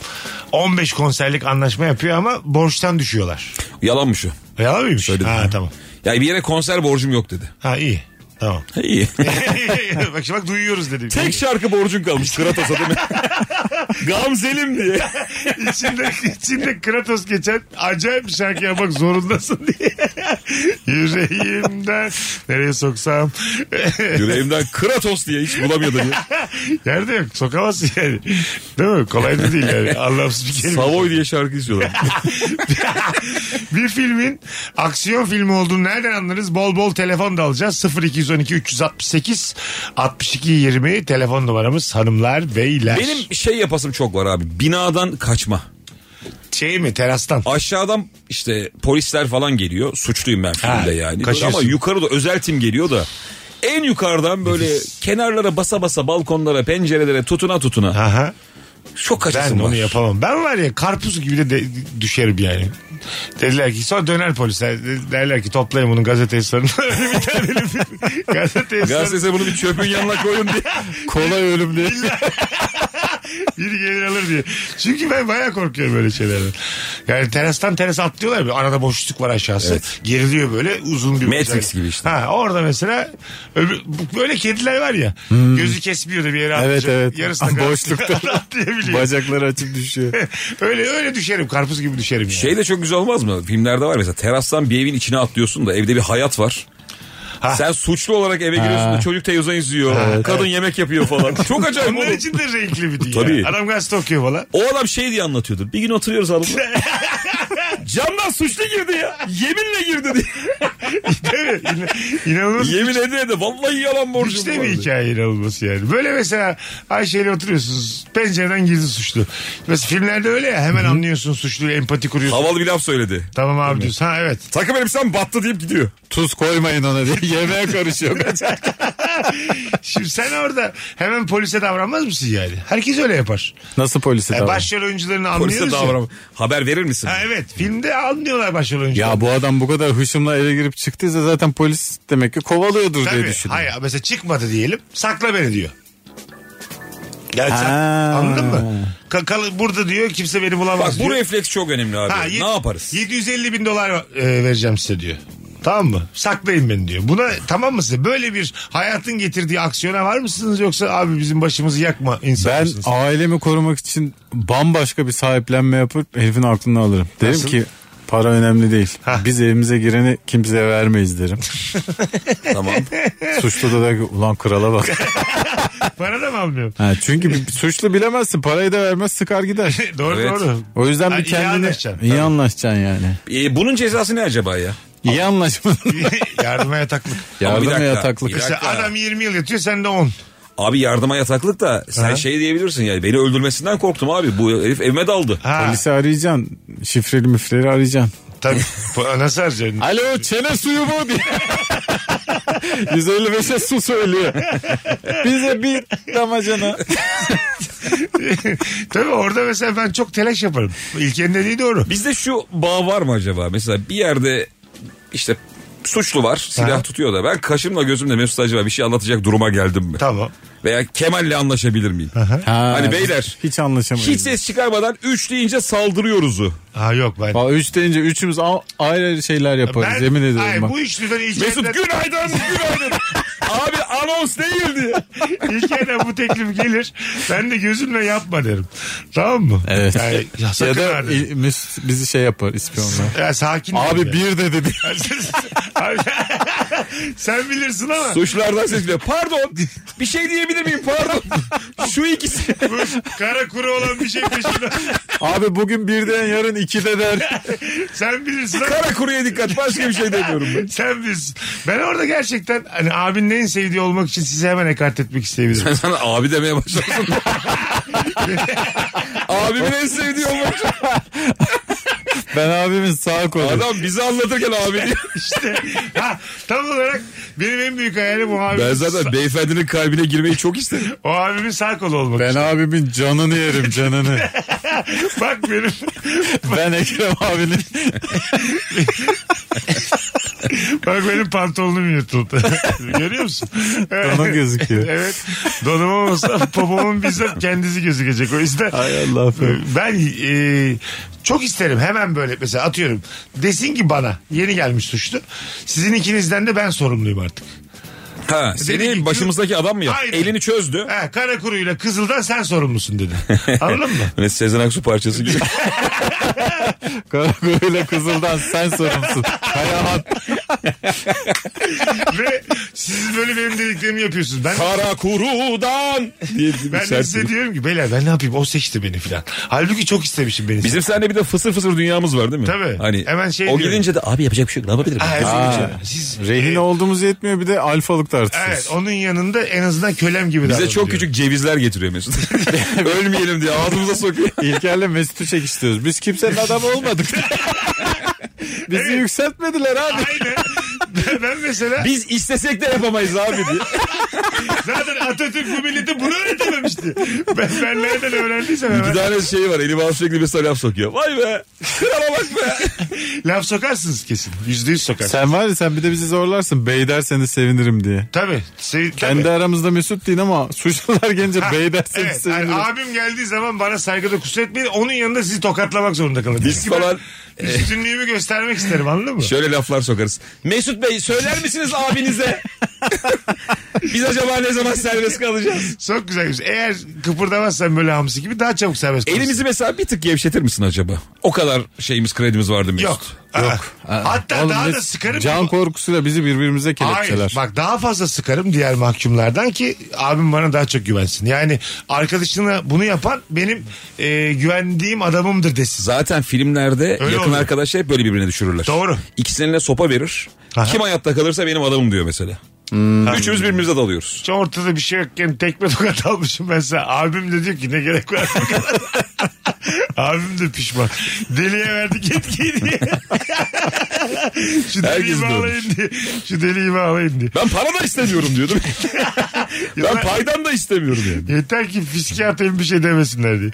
S3: 15 konserlik anlaşma yapıyor ama borçtan düşüyorlar.
S5: Yalanmış o.
S3: Yalan mıymış?
S5: Öyle
S3: ha
S5: dedi.
S3: tamam.
S5: Ya bir yere konser borcum yok dedi.
S3: Ha iyi. Tamam.
S5: İyi.
S3: bak şimdi bak duyuyoruz dedim.
S5: Tek şarkı borcun kalmış Kratos'a değil mi? Gamzelim diye.
S3: içinde, içinde Kratos geçen acayip bir şarkı yapmak zorundasın diye. Yüreğimden nereye soksam.
S5: Yüreğimden Kratos diye hiç bulamıyordum ya.
S3: Yerde yok. Sokamazsın yani. Değil mi? Kolay da değil yani. Anlamsız bir kelime.
S5: Savoy diye şarkı istiyorlar.
S3: bir filmin aksiyon filmi olduğunu nereden anlarız? Bol bol telefon da alacağız. 0212 368 62 20 telefon numaramız hanımlar beyler.
S5: Benim şey yapasım çok var abi. Binadan kaçma.
S3: şey mi terastan?
S5: Aşağıdan işte polisler falan geliyor. Suçluyum ben filmde
S3: Ha,
S5: yani. Böyle
S3: kaçıyorsun.
S5: Ama yukarıda özel tim geliyor da. En yukarıdan böyle kenarlara basa basa balkonlara pencerelere tutuna tutuna.
S3: Aha.
S5: Çok
S3: Ben
S5: kaçasım var.
S3: onu yapamam. Ben var ya karpuz gibi de, de- düşerim yani. Dediler ki sonra döner polisler. De- Derler ki toplayın bunu gazete sarın. bir tane benim- gazete sarın.
S5: Gazetesi bunu bir çöpün yanına koyun diye.
S4: Kolay ölüm diye.
S3: Biri gelir alır diye. Çünkü ben bayağı korkuyorum böyle şeylerden. Yani terastan terasa atlıyorlar bir arada boşluk var aşağısı. Geriliyor böyle uzun bir
S5: Matrix
S3: bacak.
S5: gibi işte.
S3: Ha, orada mesela öbür- bu- böyle kediler var ya. Gözü kesmiyor da bir yere
S4: Evet,
S3: atlayacak.
S4: evet.
S3: şey,
S4: Ah,
S3: Yarısına kadar
S4: Boşlukta.
S3: atlayabiliyor.
S4: Bacakları açıp düşüyor.
S3: öyle öyle düşerim. Karpuz gibi düşerim. yani.
S5: Şey de çok güzel olmaz mı? Filmlerde var mesela terastan bir evin içine atlıyorsun da evde bir hayat var.
S3: Ha.
S5: Sen suçlu olarak eve giriyorsun da çocuk televizyon izliyor. kadın yemek yapıyor falan. çok acayip
S3: Onlar
S5: oğlum.
S3: için de renkli bir dünya.
S5: Tabii.
S3: Adam gazete okuyor falan.
S5: O adam şey diye anlatıyordur. Bir gün oturuyoruz hanımla. Camdan suçlu girdi ya. Yeminle girdi diye.
S3: Evet, inan- İnanılmaz.
S5: Yemin ede de vallahi yalan borcum
S3: İşte
S5: var
S3: bir
S5: diye.
S3: hikaye inanılması yani. Böyle mesela Ayşe'yle oturuyorsunuz. Pencereden girdi suçlu. Mesela filmlerde öyle ya hemen anlıyorsun suçluyu empati kuruyorsun.
S5: Havalı bir laf söyledi.
S3: Tamam abi diyorsun. Ha evet.
S5: Takım elbisem battı deyip gidiyor.
S4: Tuz koymayın ona diye. Yemeğe karışıyor.
S3: Şimdi sen orada hemen polise davranmaz mısın yani? Herkes öyle yapar.
S4: Nasıl polise
S3: Yani
S4: davran?
S3: başrol oyuncularını
S5: Polise
S3: anlıyoruz ya.
S5: davran. Haber verir misin?
S3: Ha evet. Filmde anlıyorlar başrol oyuncuları.
S4: Ya bu adam bu kadar hışımla eve girip çıktıysa zaten polis demek ki kovalıyordur diye
S3: Tabii.
S4: düşünüyorum.
S3: Hayır mesela çıkmadı diyelim. Sakla beni diyor. Yani sen-
S4: Ha.
S3: anladın mı? Kakalı burada diyor kimse beni bulamaz
S5: Bak
S3: diyor.
S5: bu refleks çok önemli abi.
S3: Ha, yet-
S5: ne yaparız?
S3: 750 bin dolar e, vereceğim size diyor. Tamam mı? Saklayın beni diyor. Buna tamam mı size? Böyle bir hayatın getirdiği aksiyona var mısınız yoksa abi bizim başımızı yakma insan
S4: Ben
S3: mısınız?
S4: ailemi korumak için bambaşka bir sahiplenme yapıp herifin aklını alırım. Derim
S3: Nasıl?
S4: ki para önemli değil.
S3: Hah.
S4: Biz evimize gireni kimseye vermeyiz derim.
S5: tamam.
S4: Suçlu da der ki ulan krala bak.
S3: Para da mı almıyorum?
S4: Ha, çünkü bir- suçlu bilemezsin parayı da vermez sıkar gider.
S3: doğru
S5: Evet.
S3: doğru.
S4: O yüzden
S3: Ha,
S4: bir
S3: iyi
S4: kendini
S3: anlaşacaksın.
S4: iyi anlaşacaksın yani.
S5: Ee, bunun cezası ne acaba ya?
S4: İyi anlaşmanın.
S3: Yardıma yataklık.
S5: Ama bir
S4: Yardım
S5: dakika,
S4: yataklık.
S5: bir dakika.
S3: Mesela adam 20 yıl yatıyor sen de 10.
S5: Abi yardıma yataklık da sen şey diyebilirsin ya beni öldürmesinden korktum abi bu herif evime daldı.
S3: Ha
S4: Polisi arayacaksın. Şifreli müfreli arayacaksın.
S3: tabii. Bu- Nasıl harcayacaksın?
S4: Alo çene suyu bu diye. 155'e su söylüyor. Bize bir damacana.
S3: tabii orada mesela ben çok telaş yaparım. İlkenin dediği doğru.
S5: Bizde şu bağ var mı acaba? Mesela bir yerde işte suçlu var silah
S3: Ha.
S5: tutuyor da ben kaşımla gözümle Mesut acaba bir şey anlatacak duruma geldim mi?
S3: Tamam.
S5: Veya Kemal'le anlaşabilir miyim? Hani beyler
S4: Hiç anlaşamayız.
S5: hiç ses çıkarmadan 3 deyince saldırıyoruzu.
S3: Ha yok ben.
S4: Aa, üç deyince üçümüz a- ayrı ayrı şeyler yaparız
S3: Ben-
S4: yemin ediyorum
S3: Hayır,
S4: bak.
S3: bu üçlüden ilk
S5: Mesut
S3: elden-
S5: günaydın günaydın. abi anons değildi.
S3: İlk yerden bu teklif gelir. Ben de gözümle yapma derim. Tamam mı?
S4: Evet.
S3: Yani, ya sakın
S4: ya
S3: ha
S4: da
S3: derim.
S4: i- Mesut bizi şey yapar ispiyonlar.
S3: Ya sakin
S4: Abi
S3: derim ya.
S4: bir de dedi.
S3: Abi- Sen bilirsin ama.
S5: Suçlardan ses geliyor. Pardon bir şey diyebilir miyim pardon. Şu ikisi.
S3: bu kara kuru olan bir şey peşinde.
S4: Abi bugün bir den yarın iki de der.
S3: Sen bilirsin ama.
S5: Kara kuruya dikkat başka bir şey demiyorum ben.
S3: Sen bilirsin. Ben orada gerçekten hani abinin en sevdiği olmak için sizi hemen ekart etmek isteyebilirim.
S5: Ben sana abi demeye başlarsın. Abimin en sevdiği olmak.
S4: Ben abimin sağ kolu.
S5: Adam bizi anlatırken abi diyor.
S3: işte. Ha, tam olarak benim en büyük hayalim o abimin,
S5: Ben zaten beyefendinin kalbine girmeyi çok isterim.
S3: o abimin sağ kolu olmak.
S4: Ben abimin canını yerim canını.
S3: Bak benim
S4: ben Ekrem abinin
S3: Bak benim pantolonum yırtıldı. Görüyor musun?
S4: donu gözüküyor.
S3: evet. Donum olmasa popomun bizzat kendisi gözükecek. O yüzden
S4: Hay Allah.
S3: ben e, çok isterim hemen böyle mesela atıyorum. Desin ki bana yeni gelmiş suçlu. Sizin ikinizden de ben sorumluyum artık.
S5: Ha, seni başımızdaki adam mı yaptı?
S3: Aynen.
S5: Elini çözdü.
S3: Ha, kara kuruyla kızıldan sen sorumlusun dedi. Anladın mı?
S5: Hani Sezen Aksu parçası gibi.
S4: Karakoyla kızıldan sen sorumlusun. Kayahat.
S3: Ve siz böyle benim dediklerimi yapıyorsunuz. Ben
S5: Kara kurudan. diye bir
S3: ben de
S5: şarkı.
S3: size diyorum ki beyler ben ne yapayım o seçti beni filan. Halbuki çok istemişim beni.
S5: Bizim sahne bir de fısır fısır dünyamız var değil mi?
S3: Tabii.
S5: Hani
S3: Hemen şey
S5: o
S3: diyorum.
S5: gidince de abi yapacak bir şey yok ne yapabilirim?
S3: Ha,
S5: Ha,
S3: bizim- siz,
S4: Rehin olduğumuz yetmiyor bir de alfalık tartışıyoruz.
S3: Evet onun yanında en azından kölem gibi
S5: Bize
S3: davranıyor.
S5: çok küçük cevizler getiriyor Mesut. Ölmeyelim diye ağzımıza sokuyor.
S4: İlker'le Mesut'u çekiştiriyoruz. Biz kimsenin adamı olmadık. Bizi yükseltmediler abi.
S3: Aynen. Ben- ben mesela
S5: Biz istesek de yapamayız abi diye.
S3: Zaten Atatürk bu millete bunu öğretememişti. Ben, ben nereden öğrendiysem
S5: Bir
S3: hemen.
S5: tane şey var elime al sürekli mesela laf sokuyor. Vay be. Krala bak be.
S3: Laf sokarsınız kesin. Yüzde yüz sokarsınız.
S4: Sen var ya sen bir de bizi zorlarsın. Bey derseniz sevinirim diye.
S3: Tabii. Se-
S4: Kendi
S3: tabii.
S4: aramızda Mesut değil ama suçlular gelince
S3: Ha,
S4: bey derseniz
S3: evet, yani
S4: sevinirim.
S3: abim geldiği zaman bana saygıda kusur etmeyin. Onun yanında sizi tokatlamak zorunda kalın.
S5: Biz
S3: Çünkü ben
S5: falan-
S3: Üstünlüğümü göstermek isterim anladın mı?
S5: Şöyle laflar sokarız. Mesut Bey söyler misiniz abinize? Biz acaba ne zaman serbest kalacağız?
S3: Çok güzel. bir şey. Eğer kıpırdamazsan böyle hamsi gibi daha çabuk serbest kalırsın.
S5: Elimizi mesela bir tık gevşetir misin acaba? O kadar şeyimiz kredimiz vardı Mesut.
S3: Yok. Yok. Hatta
S4: Oğlum
S3: daha
S4: ne-
S3: da sıkarım.
S4: Can korkusuyla bizi birbirimize kelepçeler.
S3: Hayır bak daha fazla sıkarım diğer mahkumlardan ki abim bana daha çok güvensin. Yani arkadaşına bunu yapan benim e, güvendiğim adamımdır desin.
S5: Zaten filmlerde
S3: Öyle
S5: yakın
S3: oluyor.
S5: arkadaşlar hep böyle birbirine düşürürler.
S3: Doğru.
S5: İkisinin eline sopa verir.
S3: Aha. Hmm.
S5: Kim hayatta kalırsa benim adamım diyor mesela. Üçümüz birbirimize dalıyoruz.
S3: Hiç ortada bir şey yokken tekme tokat almışım ben sana. Abim de diyor ki ne gerek var bu kadar. Abim de pişman. Deliye verdik yetkiyi diye. Şu
S5: Herkes
S3: deliyi bağlayın diye. Şu deliyi bağlayın diye.
S5: Ben para da istemiyorum diyordum. ben paydan da istemiyorum yani.
S3: Yeter ki fiske atayım bir şey demesinler diye.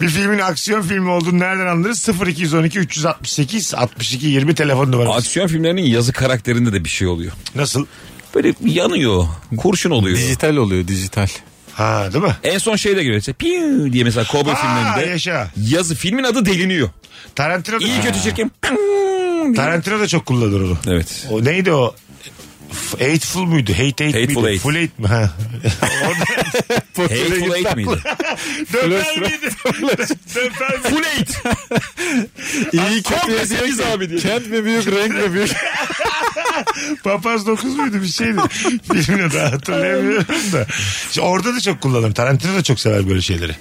S3: Bir filmin aksiyon filmi olduğunu nereden anlarız? 0212 368 62 20 telefon numarası.
S5: Aksiyon filmlerinin yazı karakterinde de bir şey oluyor.
S3: Nasıl?
S5: Böyle yanıyor. Kurşun oluyor.
S4: Dijital oluyor dijital.
S3: Ha değil mi?
S5: En son şey de görüyoruz. Piu diye mesela Cowboy
S3: Aa,
S5: filmlerinde
S3: yaşa.
S5: yazı filmin adı deliniyor.
S3: Tarantino da,
S5: İyi kötü çirkin.
S3: Tarantino da çok kullanır onu.
S5: Evet.
S3: O neydi o? F- Eightful muydu? Hate Eight
S5: Hateful
S3: miydi?
S5: Eight.
S3: Full Eight mi? Ha. Orada
S5: Hateful Eight miydi?
S3: döper miydi? döper miydi?
S5: Full Eight.
S4: İyi kötü
S5: Komple sekiz abi diye.
S4: Kent mi büyük renk mi büyük?
S3: Papaz 9 muydu bir şeydi. Bilmiyorum da hatırlayamıyorum da. İşte orada da çok kullanırım. Tarantino da çok sever böyle şeyleri.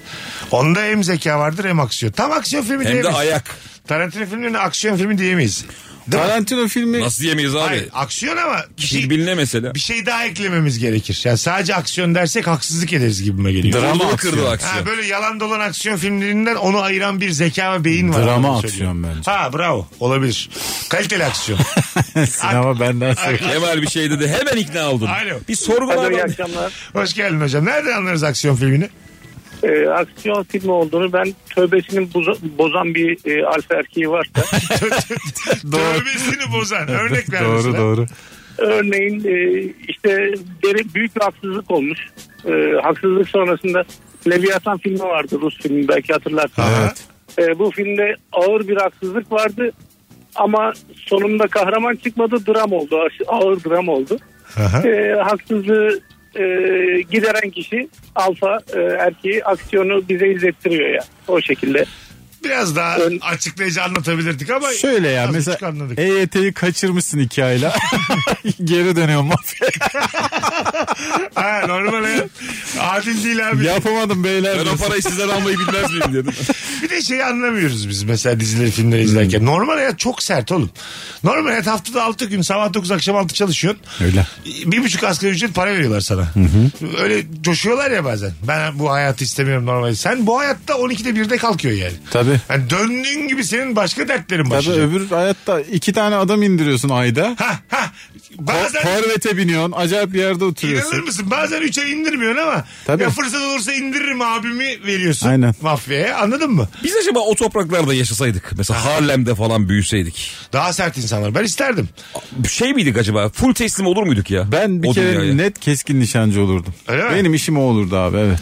S3: Onda hem zeka vardır hem aksiyon. Tam aksiyon filmi
S5: Hem de
S3: diyemeyiz.
S5: ayak.
S3: Tarantino filmlerine aksiyon filmi diyemeyiz. Değil mi?
S4: Tarantino filmi
S5: Nasıl diyemeyiz abi?
S3: Hayır, aksiyon ama bir şey,
S5: Kill Bill'ne mesela.
S3: bir şey daha eklememiz gerekir. Yani sadece aksiyon dersek haksızlık ederiz gibime geliyor.
S4: Drama
S5: Kolunu
S4: aksiyon.
S5: şey- kırdı
S3: Ha,
S5: aksiyon.
S3: böyle yalan dolan aksiyon filmlerinden onu ayıran bir zeka ve beyin var.
S4: Drama
S3: Onu
S4: aksiyon
S3: söylüyorum.
S4: bence.
S3: Ha bravo olabilir. Kaliteli aksiyon.
S4: sinema benden sonra.
S5: Kemal bir şey dedi. Hemen ikna oldun.
S3: Alo.
S5: Bir sorgula
S6: Alo, iyi
S5: adam.
S6: akşamlar.
S3: Hoş geldin hocam. Nereden anlarız aksiyon filmini?
S6: Ee, aksiyon filmi olduğunu ben tövbesini boza- bozan bir e, alfa erkeği varsa
S4: Doğru.
S3: Tövbesini bozan. Örnek ver
S4: doğru
S3: mesela.
S4: doğru.
S6: Örneğin e, işte deri büyük bir haksızlık olmuş. E, haksızlık sonrasında Leviathan filmi vardı Rus filmi belki hatırlarsınız.
S4: Evet.
S6: E, bu filmde ağır bir haksızlık vardı ama sonunda kahraman çıkmadı dram oldu Aş- ağır dram oldu.
S3: Aha.
S6: E, haksızlığı e, gideren kişi alfa e, erkeği aksiyonu bize izlettiriyor ya o şekilde.
S3: Biraz daha
S6: Ön-
S3: açıklayıcı anlatabilirdik ama.
S4: Şöyle ya
S3: az buçuk
S4: mesela e-
S3: anladık.
S4: EYT'yi kaçırmışsın iki ayla. Geri dönüyorum mafya.
S3: Ha, normal ya. Adil değil abi.
S4: Yapamadım beyler.
S5: Ben o parayı sizden almayı bilmez miyim dedim.
S3: Bir de şeyi anlamıyoruz biz mesela dizileri filmleri izlerken.
S4: Hmm.
S3: Normal hayat çok sert oğlum. Normal hayat haftada 6 gün sabah 9 akşam 6 çalışıyorsun.
S4: Öyle.
S3: Bir buçuk asgari ücret para veriyorlar sana. Öyle coşuyorlar ya bazen. Ben bu hayatı istemiyorum normal. Sen bu hayatta 12'de 1'de kalkıyor yani.
S4: Tabii.
S3: Yani döndüğün gibi senin başka dertlerin
S4: Tabii
S3: başlıyor.
S4: öbür hayatta iki tane adam indiriyorsun ayda.
S3: Ha ha.
S4: Ko-
S3: Bazen
S4: Korvete biniyorsun. Acayip bir yerde
S3: İnanır
S4: oturuyorsun.
S3: mısın? Bazen 3'e indirmiyorsun ama
S4: Tabii.
S3: ya fırsat olursa indiririm abimi veriyorsun
S4: Aynen.
S3: mafyaya anladın mı?
S5: Biz acaba o topraklarda yaşasaydık. Mesela Harlem'de falan büyüseydik.
S3: Daha sert insanlar ben isterdim.
S5: Şey miydik acaba? Full teslim olur muyduk ya?
S4: Ben bir
S5: O
S4: kere
S5: dünyaya.
S4: net keskin nişancı olurdum.
S3: Öyle mi?
S4: Benim işim o olurdu abi evet.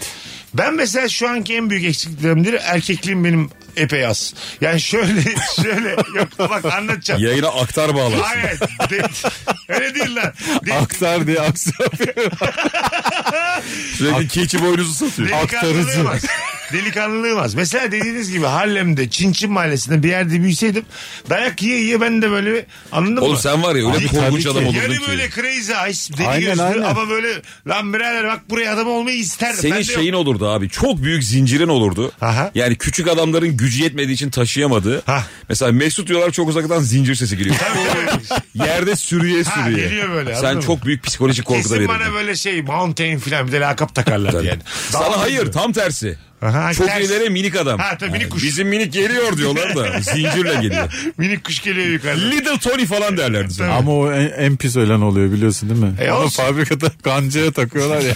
S3: Ben mesela şu anki en büyük eksiklerimdir erkekliğim benim epey az. Yani şöyle şöyle yok bak anlatacağım.
S5: Yayına aktar bağlarsın.
S3: Hayır. De- öyle değil lan. De-
S4: Aktar diye aksiyon.
S5: Sürekli keçi boynuzu satıyor.
S3: Delikanlılığım az. Delikanlılığım az. Mesela dediğiniz gibi Harlem'de Çin Çin Mahallesi'nde bir yerde büyüseydim dayak yiye yiye ben de böyle anladın
S5: Oğlum
S3: mı?
S5: sen var ya öyle
S4: Abi
S5: bir korkunç
S4: tabii
S5: adam
S4: ki.
S5: olurdun
S3: Yani
S5: ki.
S3: böyle crazy eyes deli
S4: Aynen,
S3: gözlü
S4: aynen.
S3: ama böyle lan birader bak buraya adam olmayı isterdim. Ben de
S5: Senin
S3: yok.
S5: şeyin olurdu abi. Çok büyük zincirin olurdu.
S3: Aha.
S5: Yani küçük adamların gücü yetmediği için taşıyamadığı.
S3: Ha.
S5: Mesela Mesut diyorlar çok uzaktan zincir sesi geliyor. Yerde sürüye
S3: Ha,
S5: sürüye.
S3: geliyor böyle,
S5: Sen
S3: anladın
S5: çok
S3: mı?
S5: büyük psikolojik korkuda
S3: Kesin
S5: verirdin.
S3: bana böyle şey mountain filan bir de lakap takarlardı yani.
S5: Sana
S3: Dağ
S5: hayır
S3: gibi.
S5: tam tersi.
S3: Aha,
S5: Çok
S3: ters.
S5: ileri minik adam.
S3: Ha, tabii, minik kuş.
S5: Bizim minik geliyor diyorlar da zincirle geliyor.
S3: Minik kuş geliyor yukarıdan.
S5: Little Tony falan derlerdi sana.
S4: Ama o en, en pis ölen oluyor biliyorsun değil mi?
S3: E,
S4: Onu
S3: olsun.
S4: fabrikada kancaya takıyorlar ya.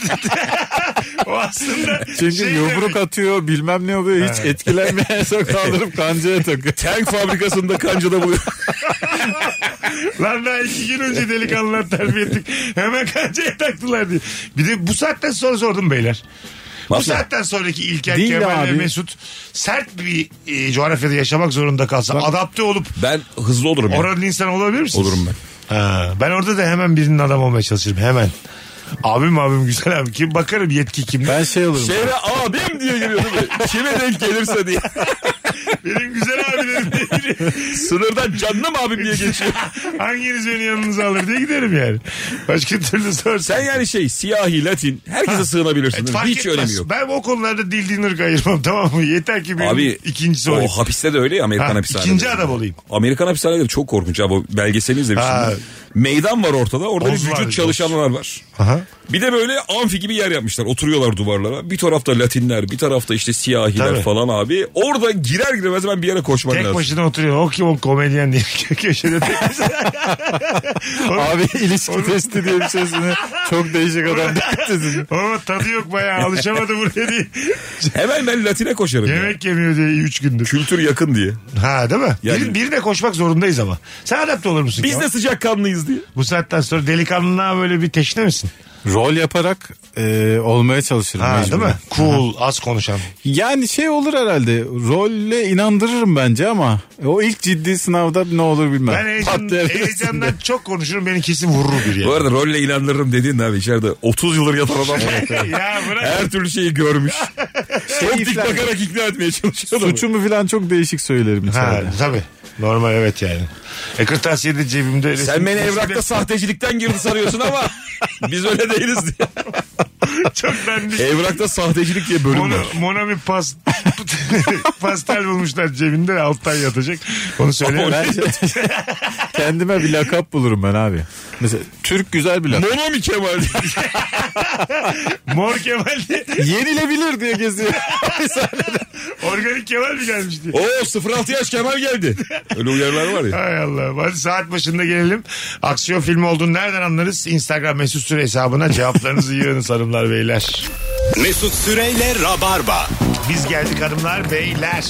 S3: O aslında
S4: Çünkü
S3: şey
S4: yumruk
S3: demek.
S4: atıyor bilmem ne oluyor hiç etkilenmeyen sonra kaldırıp kancaya takıyor.
S5: Tank fabrikasında kancada buluyor.
S3: Lan daha iki gün önce delikanlılar terbiye ettik. Hemen kancaya taktılar diye. Bir de bu saatten sonra sordum beyler. Bu saatten sonraki İlker
S4: Değil
S3: Kemal ve
S4: abi.
S3: Mesut sert bir e, coğrafyada yaşamak zorunda kalsa adapte olup
S5: Ben hızlı olurum. ya.
S3: oranın insanı olabilir misiniz?
S5: Olurum ben.
S3: Ha, ben orada da hemen birinin adam olmaya çalışırım hemen. Abim abim güzel abi kim bakarım yetki kim.
S4: Ben şey olurum.
S5: Şehre abim diye geliyor değil mi? Kime denk gelirse diye.
S3: Benim güzel abilerim diye biri.
S5: Sınırdan canım abim diye geçiyor.
S3: Hanginiz beni yanınıza alır diye giderim yani. Başka türlü sor.
S5: Sen yani şey siyahi, latin herkese sığınabilirsin.
S3: Evet,
S5: değil mi?
S3: E, fark
S5: Hiç
S3: etmez.
S5: önemi yok.
S3: Ben o konularda dil din ırk ayırmam tamam mı? Yeter ki benim
S5: Abi
S3: ikincisi
S5: o
S3: olayım.
S5: hapiste de öyle ya Amerikan
S3: Ha,
S5: hapishaneleri.
S3: ikinci adam olayım.
S5: Amerikan hapishaneleri çok korkunç abi. O Belgeseli
S3: Ha.
S5: izlemiştim. Meydan var ortada. Orada
S3: Boz
S5: bir
S3: var,
S5: vücut
S3: boz.
S5: çalışanlar var.
S3: Aha.
S5: Bir de böyle amfi gibi yer yapmışlar. Oturuyorlar duvarlara. Bir tarafta Latinler, bir tarafta işte siyahiler
S3: Tabii.
S5: falan abi. Orada girer girmez ben bir yere koşmam
S3: Tek
S5: lazım.
S3: başına oturuyor. O kim o komedyen diye köşede.
S4: Abi ilişki testi diye bir şeysini çok değişik adam dikkat edin.
S3: Ama tadı yok bayağı alışamadı buraya diye.
S5: Hemen ben Latin'e koşarım. ya.
S3: Yemek yemiyor diye 3 gündür.
S5: Kültür yakın diye.
S3: Ha değil mi?
S5: Yani-
S3: Bir, birine koşmak zorundayız ama. Sen adapte olur musun?
S5: Biz
S3: Kemal?
S5: de sıcak kanlıyız diye.
S3: Bu saatten sonra delikanlılığa böyle bir teşne misin?
S4: Rol yaparak e, olmaya çalışırım.
S3: Ha
S4: mecburen.
S3: değil mi? Cool, az konuşan.
S4: Yani şey olur herhalde rolle inandırırım bence ama o ilk ciddi sınavda ne olur bilmem.
S3: Ben heyecan,
S4: Pat diye verirsin diye.
S3: heyecandan çok konuşurum beni kesin vurur bir
S5: Bu
S3: yani.
S5: arada rolle inandırırım dediğin de abi içeride 30 yıldır yatan adam var.
S3: ya bırak.
S5: Her türlü şeyi görmüş. Çok dik
S4: iflas-
S5: bakarak ikna etmeye çalışıyor adamı.
S4: Suçumu falan çok değişik söylerim
S3: Ha
S4: içeride.
S3: tabii. Normal evet yani. E kırtasiye de cebimde. öyle-
S5: Sen beni evrakta sahtecilikten girdi sanıyorsun ama biz öyle değiliz diye.
S3: Çok dandik.
S5: Evrakta sahtecilik diye bölüm
S3: Mona,
S5: var.
S3: Monami pas, pastel bulmuşlar cebinde alttan yatacak. Onu söyle.
S4: Ben şey- kendime bir lakap bulurum ben abi. Mesela Türk güzel bir lakap.
S5: Mono mi Kemal?
S3: Mor Kemal diye.
S4: Yenilebilir diye geziyor.
S3: Organik Kemal mi gelmiş diye.
S5: Oo 06 yaş Kemal geldi. Öyle uyarılar var ya.
S3: Hay Allah. Hadi saat başında gelelim. Aksiyon filmi olduğunu nereden anlarız? Instagram mesut süre hesabına cevaplarınızı yığınız hanımlar beyler.
S2: Mesut Süreyle Rabarba.
S3: Biz geldik hanımlar beyler.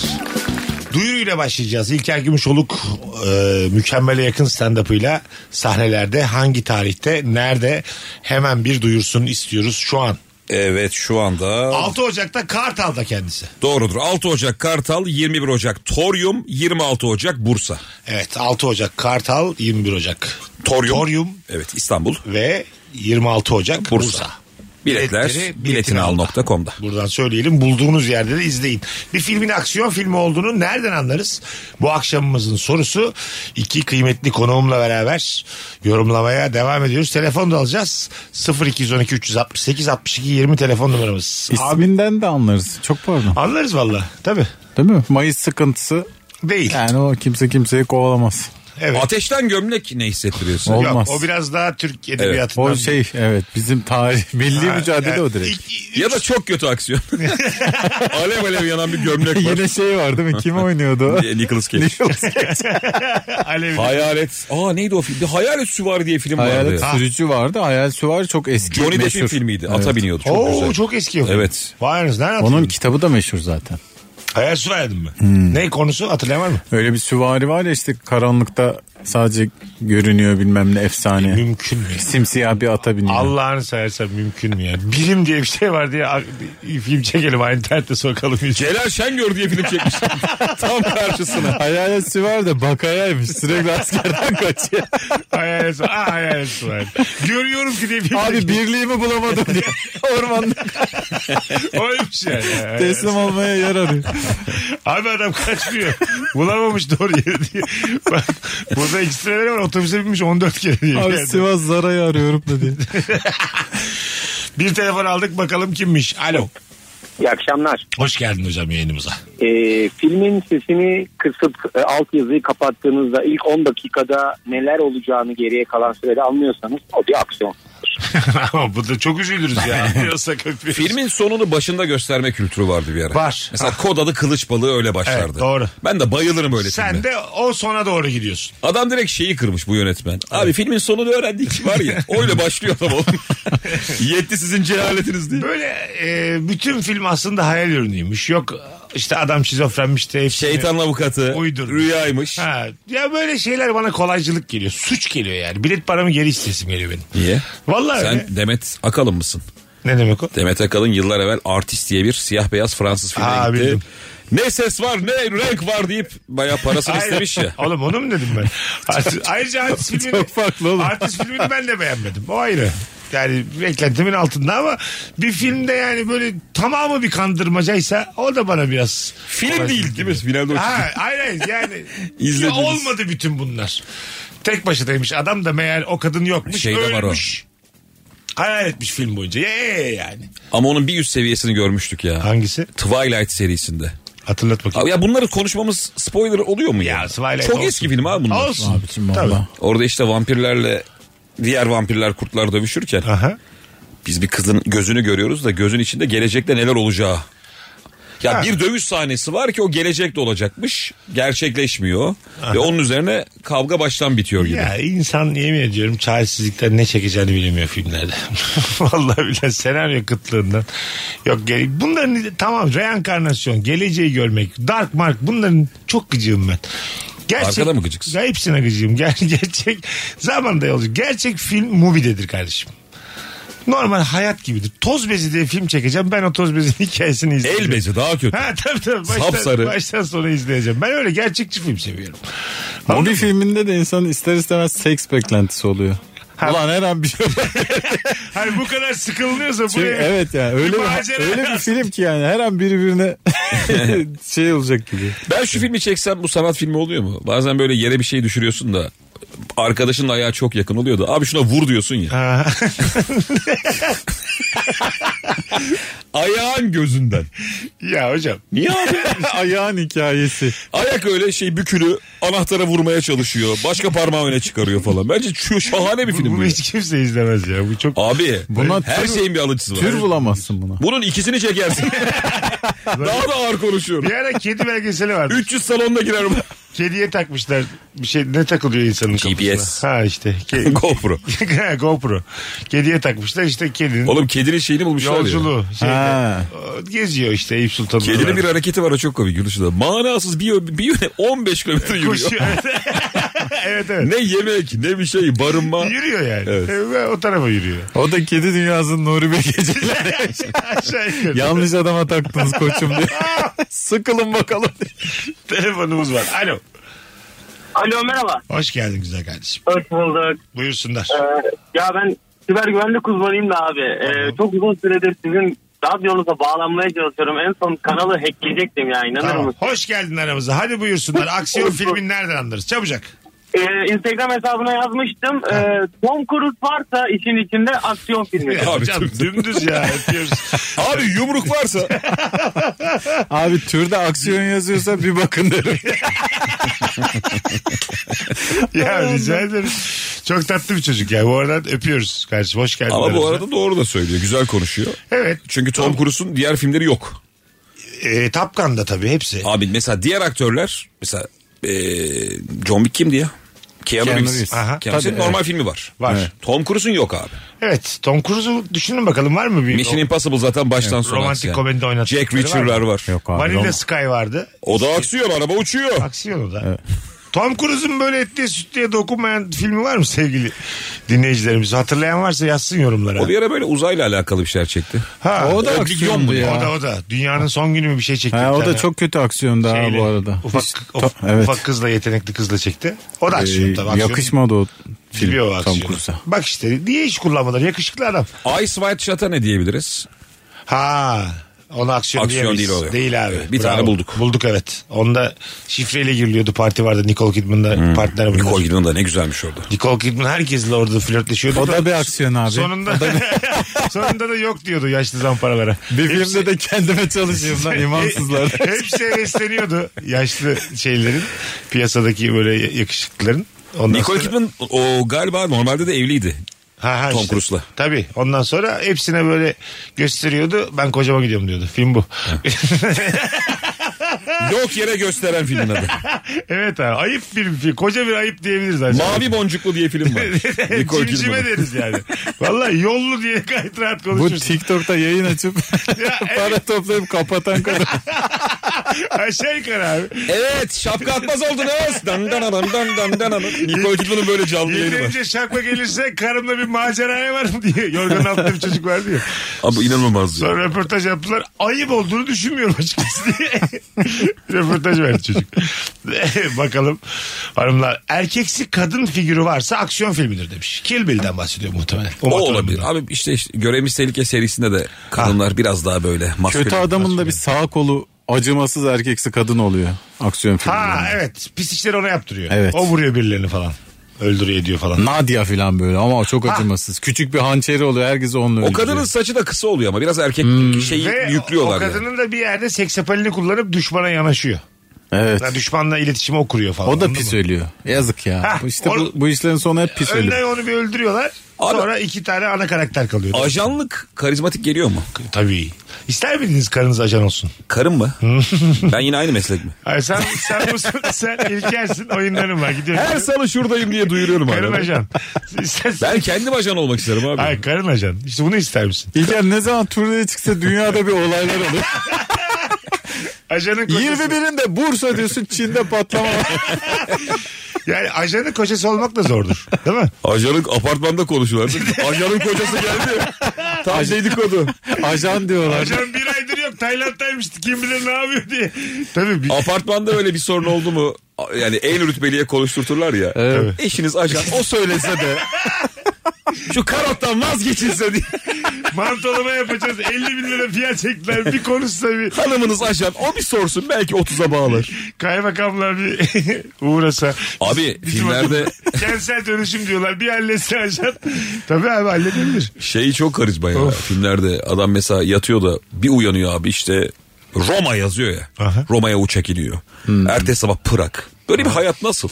S3: Duyuruyla başlayacağız. İlker Gümüşoluk e, mükemmele yakın stand-up'ıyla sahnelerde hangi tarihte nerede hemen bir duyursun istiyoruz şu an.
S5: Evet şu anda
S3: 6 Ocak'ta Kartal'da kendisi.
S5: doğrudur. 6 Ocak Kartal, 21 Ocak Toryum, 26 Ocak Bursa.
S3: Evet 6 Ocak Kartal 21 Ocak
S5: Toryum.
S3: Toryum
S5: Evet İstanbul.
S3: ve 26 Ocak Bursa.
S5: Bursa. Biletler
S3: Biletleri
S5: biletinal.com'da.
S3: Buradan söyleyelim bulduğunuz yerde de izleyin. Bir filmin aksiyon filmi olduğunu nereden anlarız? Bu akşamımızın sorusu iki kıymetli konuğumla beraber yorumlamaya devam ediyoruz. Telefon da alacağız. 0212 368 62 20 telefon numaramız. Abi
S4: İsminden de anlarız. Çok pardon.
S3: anlarız valla tabii.
S4: Değil mi? Mayıs sıkıntısı.
S3: Değil.
S4: Yani o kimse kimseyi kovalamaz.
S3: Evet.
S5: Ateşten gömlek ne hissettiriyorsun?
S4: Ol-
S3: Yok,
S4: olmaz.
S3: o biraz daha Türk edebiyatından.
S4: O şey evet bizim tarih milli mücadele
S3: Yani
S4: o direkt.
S3: ilk-
S5: Ya da çok kötü aksiyon. alev alev yanan bir gömlek var.
S4: Yine şey var değil mi? Kim oynuyordu?
S5: Nicholas Cage.
S4: Nicholas Cage.
S3: Alev-
S5: Hayalet. Aa neydi o film? Bir Hayalet Süvari diye film vardı.
S4: Hayalet sürücü vardı. Hayal süvari çok eski.
S5: Johnny Depp'in
S4: meşhur.
S5: filmiydi.
S4: Evet.
S5: Ata biniyordu. Çok
S3: Oo,
S5: güzel.
S3: çok eski o.
S5: Evet.
S3: Vay anasını, nereden
S4: Onun
S3: hatırladın?
S4: kitabı da meşhur zaten.
S3: Hayal süverdim mi?
S4: Hmm.
S3: Ne konusu hatırlayamam mı?
S4: Öyle bir süvari var ya işte karanlıkta sadece görünüyor bilmem ne efsane.
S3: Mümkün mü?
S4: Simsiyah bir ata biniyor.
S3: Allah'ını seversen mümkün mü ya? Bilim diye bir şey var diye a- film çekelim aynı internette sokalım.
S5: Celal Şengör diye film çekmiş. Tam karşısına.
S4: Hayalet süvari de bakayaymış. Sürekli askerden kaçıyor.
S3: Hayalet var. Aa, hayalet var. Görüyorum ki diye film
S4: Abi birliğimi bulamadım diye. Ormanda
S3: Oymuş yani. Hayalet.
S4: teslim olmaya yer arıyor.
S3: Abi adam kaçmıyor. Bulamamış doğru yeri diye. Bak burada ekstreleri var otobüse binmiş 14 kere diye. bir
S4: Abi
S3: yerde.
S4: Sivas Zara'yı arıyorum da diye.
S3: Bir telefon aldık bakalım kimmiş. Alo.
S7: İyi akşamlar.
S3: Hoş geldin hocam yayınımıza.
S7: Ee, filmin sesini kısıp e, altyazıyı kapattığınızda ilk 10 dakikada neler olacağını geriye kalan sürede anlıyorsanız o bir aksiyon.
S3: Ama bu da çok üzülürüz ya. Anlıyorsak öpüyoruz.
S5: Filmin sonunu başında gösterme kültürü vardı bir ara.
S3: Var. Ah.
S5: Mesela kod adı Kılıç Balığı öyle başlardı.
S3: Evet, doğru.
S5: Ben de bayılırım öyle filme.
S3: sen de o sona doğru gidiyorsun.
S5: Adam direkt şeyi kırmış bu yönetmen. Abi filmin sonunu öğrendik var ya. Öyle başlıyor adam oğlum. Yetti sizin cehaletiniz diye.
S3: Böyle e, bütün film aslında hayal ürünüymüş. Yok işte adam şizofrenmiş de hepsini-
S5: Şeytan avukatı,
S3: şey Uydurmuş.
S5: rüyaymış.
S3: Ha, ya böyle şeyler bana kolaycılık geliyor. Suç geliyor yani. Bilet paramı geri istesim geliyor benim.
S5: Niye?
S3: Vallahi
S5: Sen
S3: öyle.
S5: Demet Akalın mısın?
S3: Ne demek o?
S5: Demet Akalın yıllar evvel Artist diye bir siyah beyaz Fransız filme
S3: Aa,
S5: gitti.
S3: bildim.
S5: Ne ses var ne renk var deyip bayağı parasını
S3: Hayır.
S5: istemiş ya.
S3: Oğlum onu mu dedim ben? Art- Ayrıca artist filmini,
S4: Çok farklı oğlum.
S3: Artist filmini ben de beğenmedim. O ayrı. Yani beklentimin altında ama bir filmde yani böyle tamamı bir kandırmacaysa o da bana biraz...
S5: Film değil değil mi? Finalde o
S3: Ha, hayır hayır yani ya
S5: İzlediniz.
S3: olmadı bütün bunlar. Tek başınaymış adam da meğer o kadın yokmuş
S5: Şeyde var o.
S3: ölmüş. Hayal etmiş film boyunca. Ye yani.
S5: Ama onun bir üst seviyesini görmüştük ya.
S3: Hangisi?
S5: Twilight serisinde.
S3: Hatırlat bakayım.
S5: Abi ya bunları konuşmamız spoiler oluyor mu ya?
S3: Ya, Twilight
S5: Çok
S3: olsun.
S5: eski film abi bunlar.
S3: Olsun.
S4: Abicim
S3: Tabii.
S4: valla.
S5: Orada işte vampirlerle diğer vampirler kurtlar dövüşürken
S3: Aha.
S5: biz bir kızın gözünü görüyoruz da gözün içinde gelecekte neler olacağı. Ya
S3: Ha.
S5: bir dövüş sahnesi var ki o gelecekte olacakmış. Gerçekleşmiyor. Ve onun üzerine kavga baştan bitiyor gibi.
S3: Ya insan yemin ediyorum çaresizlikten ne çekeceğini bilemiyor filmlerde. Vallahi bile senaryo kıtlığından. Yok geri bunların tamam reenkarnasyon, geleceği görmek, dark mark bunların çok gıcığım ben. Gerçek,
S5: Arkada mı gıcıksın?
S3: Ya hepsine gıcığım. Ger gerçek zamanda yolcu. Gerçek film movie'dedir kardeşim. Normal hayat gibidir. Toz bezi diye film çekeceğim. Ben o toz bezinin hikayesini izleyeceğim.
S5: El bezi daha kötü.
S3: Ha tabii tabii. Baştan,
S5: Sapsarı.
S3: baştan sonra izleyeceğim. Ben öyle gerçekçi film seviyorum. Anladın
S4: Mobi
S3: mı?
S4: filminde de insanın ister istemez seks beklentisi oluyor. Ulan her an bir şey
S3: Hani bu kadar sıkılıyorsa
S4: Çünkü
S3: buraya...
S4: evet yani öyle bir,
S3: macera.
S4: öyle bir film ki yani her an birbirine şey olacak gibi.
S5: Ben şu filmi çeksem bu sanat filmi oluyor mu? Bazen böyle yere bir şey düşürüyorsun da arkadaşın ayağı çok yakın oluyor da abi şuna vur diyorsun ya.
S3: Ha.
S5: Ayağın gözünden.
S3: ya hocam.
S5: Niye abi?
S4: Ayağın hikayesi.
S5: Ayak öyle şey bükülü anahtara vurmaya çalışıyor. Başka parmağı öne çıkarıyor falan. Bence şu şahane bir
S3: bu-
S5: film bu.
S3: Bunu
S5: ya.
S3: hiç kimse izlemez ya. Bu çok...
S5: Abi
S4: Buna
S5: her
S4: tür-
S5: şeyin bir alıcısı var. Hani
S4: Tür bulamazsın buna.
S5: Bunun ikisini çekersin. Daha da ağır konuşuyorum.
S3: Bir ara kedi belgeseli vardı.
S5: 300 salonda girer bu.
S3: Kediye takmışlar. Bir şey ne takılıyor insanın kafasına?
S5: GPS.
S3: Ha işte. Ke-
S5: GoPro.
S3: GoPro. Kediye takmışlar işte kedinin
S5: Oğlum şey kedinin şeyini bulmuşlar ya.
S3: yolculuğu. Şeyde,
S4: Ha.
S3: O geziyor işte Eyüp Sultan'da.
S5: Kedinin bir hareketi var o çok komik yürüyüşü de. Manasız bir, yö- bir yöne 15 kilometre yürüyor.
S3: Koşuyor. evet evet.
S5: ne yemek ne bir şey barınma.
S3: Yürüyor yani.
S5: Evet.
S3: Ve O tarafa yürüyor.
S4: O da kedi dünyasının Nuri Bey geceleri.
S3: Aşağı yukarı.
S4: Yanlış adama taktınız koçum diye. Sıkılın bakalım.
S3: Telefonumuz var. Alo.
S6: Alo merhaba.
S3: Hoş geldin güzel kardeşim.
S6: Hoş bulduk.
S3: Buyursunlar.
S6: Ee, ya ben siber güvenlik uzmanıyım da abi. Ee, çok uzun süredir sizin radyonuza bağlanmaya çalışıyorum. En son kanalı hackleyecektim ya inanır
S3: Tamam.
S6: mısın?
S3: Hoş geldin aramıza. Hadi buyursunlar. Aksiyon filmin nereden anlarız? Çabucak.
S6: Ee, Instagram hesabına yazmıştım. Ee, Tom Cruise varsa işin içinde aksiyon filmi.
S3: Ya
S5: Abi,
S3: hocam
S5: tüm-
S3: dümdüz ya. Öpüyoruz.
S5: Abi yumruk varsa
S4: Abi türde aksiyon yazıyorsa bir bakın derim.
S3: ya rica ederim. Çok tatlı bir çocuk ya. Bu arada öpüyoruz kardeşim. Hoş geldin.
S5: Ama bu
S3: aramıza.
S5: arada doğru da söylüyor. Güzel konuşuyor.
S3: Evet.
S5: Çünkü Tom Cruise'un diğer filmleri yok.
S3: E, Tapkan'da tabii hepsi.
S5: Abi mesela diğer aktörler mesela e, John Wick kimdi ya? Keanu,
S4: Keanu
S5: Reeves.
S4: Reeves.
S3: Aha.
S5: Keanu Reeves'in
S4: Tabii,
S5: normal filmi var.
S3: Var.
S5: Evet. Tom Cruise'un yok abi.
S3: Evet. Tom Cruise'u düşünün bakalım var mı bir
S5: Mission Impossible zaten baştan sona.
S3: romantik
S5: aksiyon.
S3: komedide oynadı.
S5: Jack
S3: Var
S5: Reacher'lar
S3: mı?
S5: var.
S4: Yok abi.
S3: Vanilla
S4: olmaz.
S3: Sky vardı.
S5: O da aksiyon araba uçuyor.
S3: Aksiyonu da. Tom Cruise'un böyle etliye sütlüye dokunmayan filmi var mı sevgili dinleyicilerimiz? Hatırlayan varsa yazsın yorumlara.
S5: O bir ara böyle uzayla alakalı bir şeyler çekti.
S3: Ha.
S4: O da
S5: Oblivion mu
S4: aksiyondu
S5: ya?
S3: O da
S4: ya.
S3: o da. Dünyanın son günü mü bir şey çekti. bir
S4: Ha, o
S3: tane.
S4: da çok kötü aksiyondu ha
S3: Şeyle,
S4: bu arada.
S3: Ufak,
S4: Hiç-
S3: uf-
S4: to- evet.
S3: ufak kızla yetenekli kızla çekti. O da aksiyon
S4: Ee,
S3: tabii. Aksiyon.
S4: yakışmadı o
S3: Biliyor o
S4: film Tom
S3: aksiyonu.
S4: Cruise'a.
S3: Bak işte niye hiç kullanmadılar? Yakışıklı adam.
S5: Ice White Shot'a ne diyebiliriz?
S3: Ha. Ona aksiyon,
S5: Aksiyon
S3: diyemeyiz.
S5: değil oluyor.
S3: abi.
S5: Evet, bir tane bulduk.
S3: Bulduk evet. Onda şifreyle giriliyordu parti vardı Nicole Kidman'da partner bunlar.
S5: Nicole Kidman da ne güzelmiş orada.
S3: Nicole Kidman herkesle orada flörtleşiyordu.
S4: O da bir aksiyon abi.
S3: Sonunda, sonunda da yok diyordu yaşlı zamparalara.
S4: Bir filmde de kendime çalışayım lan imansızlar.
S3: Hepsi hevesleniyordu yaşlı şeylerin. Piyasadaki böyle yakışıklıların. Ondan
S5: Nicole Kidman o galiba normalde de evliydi.
S3: Ha, ha,
S5: Tom Cruise'la.
S3: Tabii. Ondan sonra hepsine böyle gösteriyordu. Ben kocama gidiyorum diyordu. Film bu.
S5: Yok yere gösteren filmin adı.
S3: evet abi. Ayıp bir film. Koca bir ayıp diyebiliriz. Acaba.
S5: Mavi Boncuklu diye film var. Nicole
S3: Cimcime
S5: Kidman'ın.
S3: deriz yani. Vallahi yollu diye gayet rahat
S4: Bu
S3: konuşursun.
S4: TikTok'ta yayın açıp
S3: Ya, evet.
S4: para toplayıp kapatan kadın.
S3: Aşağı yukarı abi.
S5: Evet şapka atmaz oldunuz. Dan dan dan dan dan dan dan. Nicole Kidman'ın böyle canlı yayını var.
S3: Yeterince şapka gelirse karımla bir maceraya varım diye. Yorganın altında bir çocuk var diyor.
S5: Abi inanılmaz ya.
S3: Sonra röportaj yaptılar. Ayıp olduğunu düşünmüyorum açıkçası diye. röportaj verdi çocuk. Bakalım hanımlar. Erkeksi kadın figürü varsa aksiyon filmidir demiş. Kill Bill'den bahsediyor muhtemelen.
S5: O
S3: motor
S5: olabilir.
S3: bundan.
S5: Abi işte, işte Görevimiz Tehlike serisinde de kadınlar biraz daha böyle maskeli.
S4: Kötü adamın da bir sağ kolu acımasız erkeksi kadın oluyor
S3: Ha
S4: aksiyon filmlerinde.
S3: evet. Pis işleri ona yaptırıyor.
S4: Evet.
S3: O vuruyor birilerini falan. Öldürüyor ediyor falan.
S4: Nadia falan böyle ama çok acımasız. Küçük bir hançeri oluyor herkes onunla
S5: O
S4: öldürüyor.
S5: kadının saçı da kısa oluyor ama biraz erkek şeyi
S3: Ve
S5: yüklüyorlar.
S3: o
S5: yani.
S3: kadının da bir yerde seksapalini kullanıp düşmana yanaşıyor.
S4: Evet.
S3: Yani düşmanla iletişimi o kuruyor falan.
S4: O da
S3: Anladın
S4: pis şey.
S3: mı?
S4: ölüyor. Yazık ya.
S3: Ha,
S4: bu işte
S3: or-
S4: bu, bu işlerin sonu hep pis ölüyor.
S3: Önden onu bir öldürüyorlar.
S5: Abi-
S3: sonra iki tane ana karakter kalıyor.
S5: Ajanlık karizmatik geliyor mu?
S3: Tabii. İster miydiniz karınız ajan olsun?
S5: Karın mı? ben yine aynı meslek mi?
S3: Ay sen sen musun? sen İlker'sin oyunların var gidiyorum.
S5: Her salı şuradayım diye duyuruyorum.
S3: karın
S5: arada.
S3: ajan. Sen,
S5: Ben kendim ajan olmak isterim abi.
S3: Ay karın ajan. İşte bunu ister misin?
S4: İlker ne zaman turneye çıksa dünyada bir olaylar oluyor.
S3: Ajanın kocası.
S4: 21'inde Bursa diyorsun Çin'de patlama var.
S3: Yani ajanın kocası olmak da zordur. Değil mi?
S5: Ajanın apartmanda konuşuyorlar. Ajanın kocası geldi. Tam dedikodu.
S4: Ajan diyorlar.
S3: Ajan bir aydır yok. Tayland'daymış. Kim bilir ne yapıyor diye. Tabii. Bir...
S5: Apartmanda öyle bir sorun oldu mu? Yani en rütbeliye konuşturturlar ya.
S4: Evet.
S5: Eşiniz ajan. O söylese de. Şu karottan vazgeçilse diye.
S3: Mantolama yapacağız. 50 bin lira fiyat çektiler. Bir konuşsa bir
S5: Hanımınız ajan. O bir sorsun belki 30'a bağlar.
S3: kaymakamla bir uğrasa.
S5: Abi
S3: Bizim
S5: filmlerde
S3: adam- kentsel dönüşüm diyorlar. Bir halletse ajan. Tabii abi halledebilir.
S5: şeyi Şey çok karizma ya. Filmlerde adam mesela yatıyor da bir uyanıyor abi işte Roma yazıyor ya.
S3: Aha.
S5: Roma'ya uçak iniyor. Ertesi sabah Prag. Böyle bir hayat nasıl?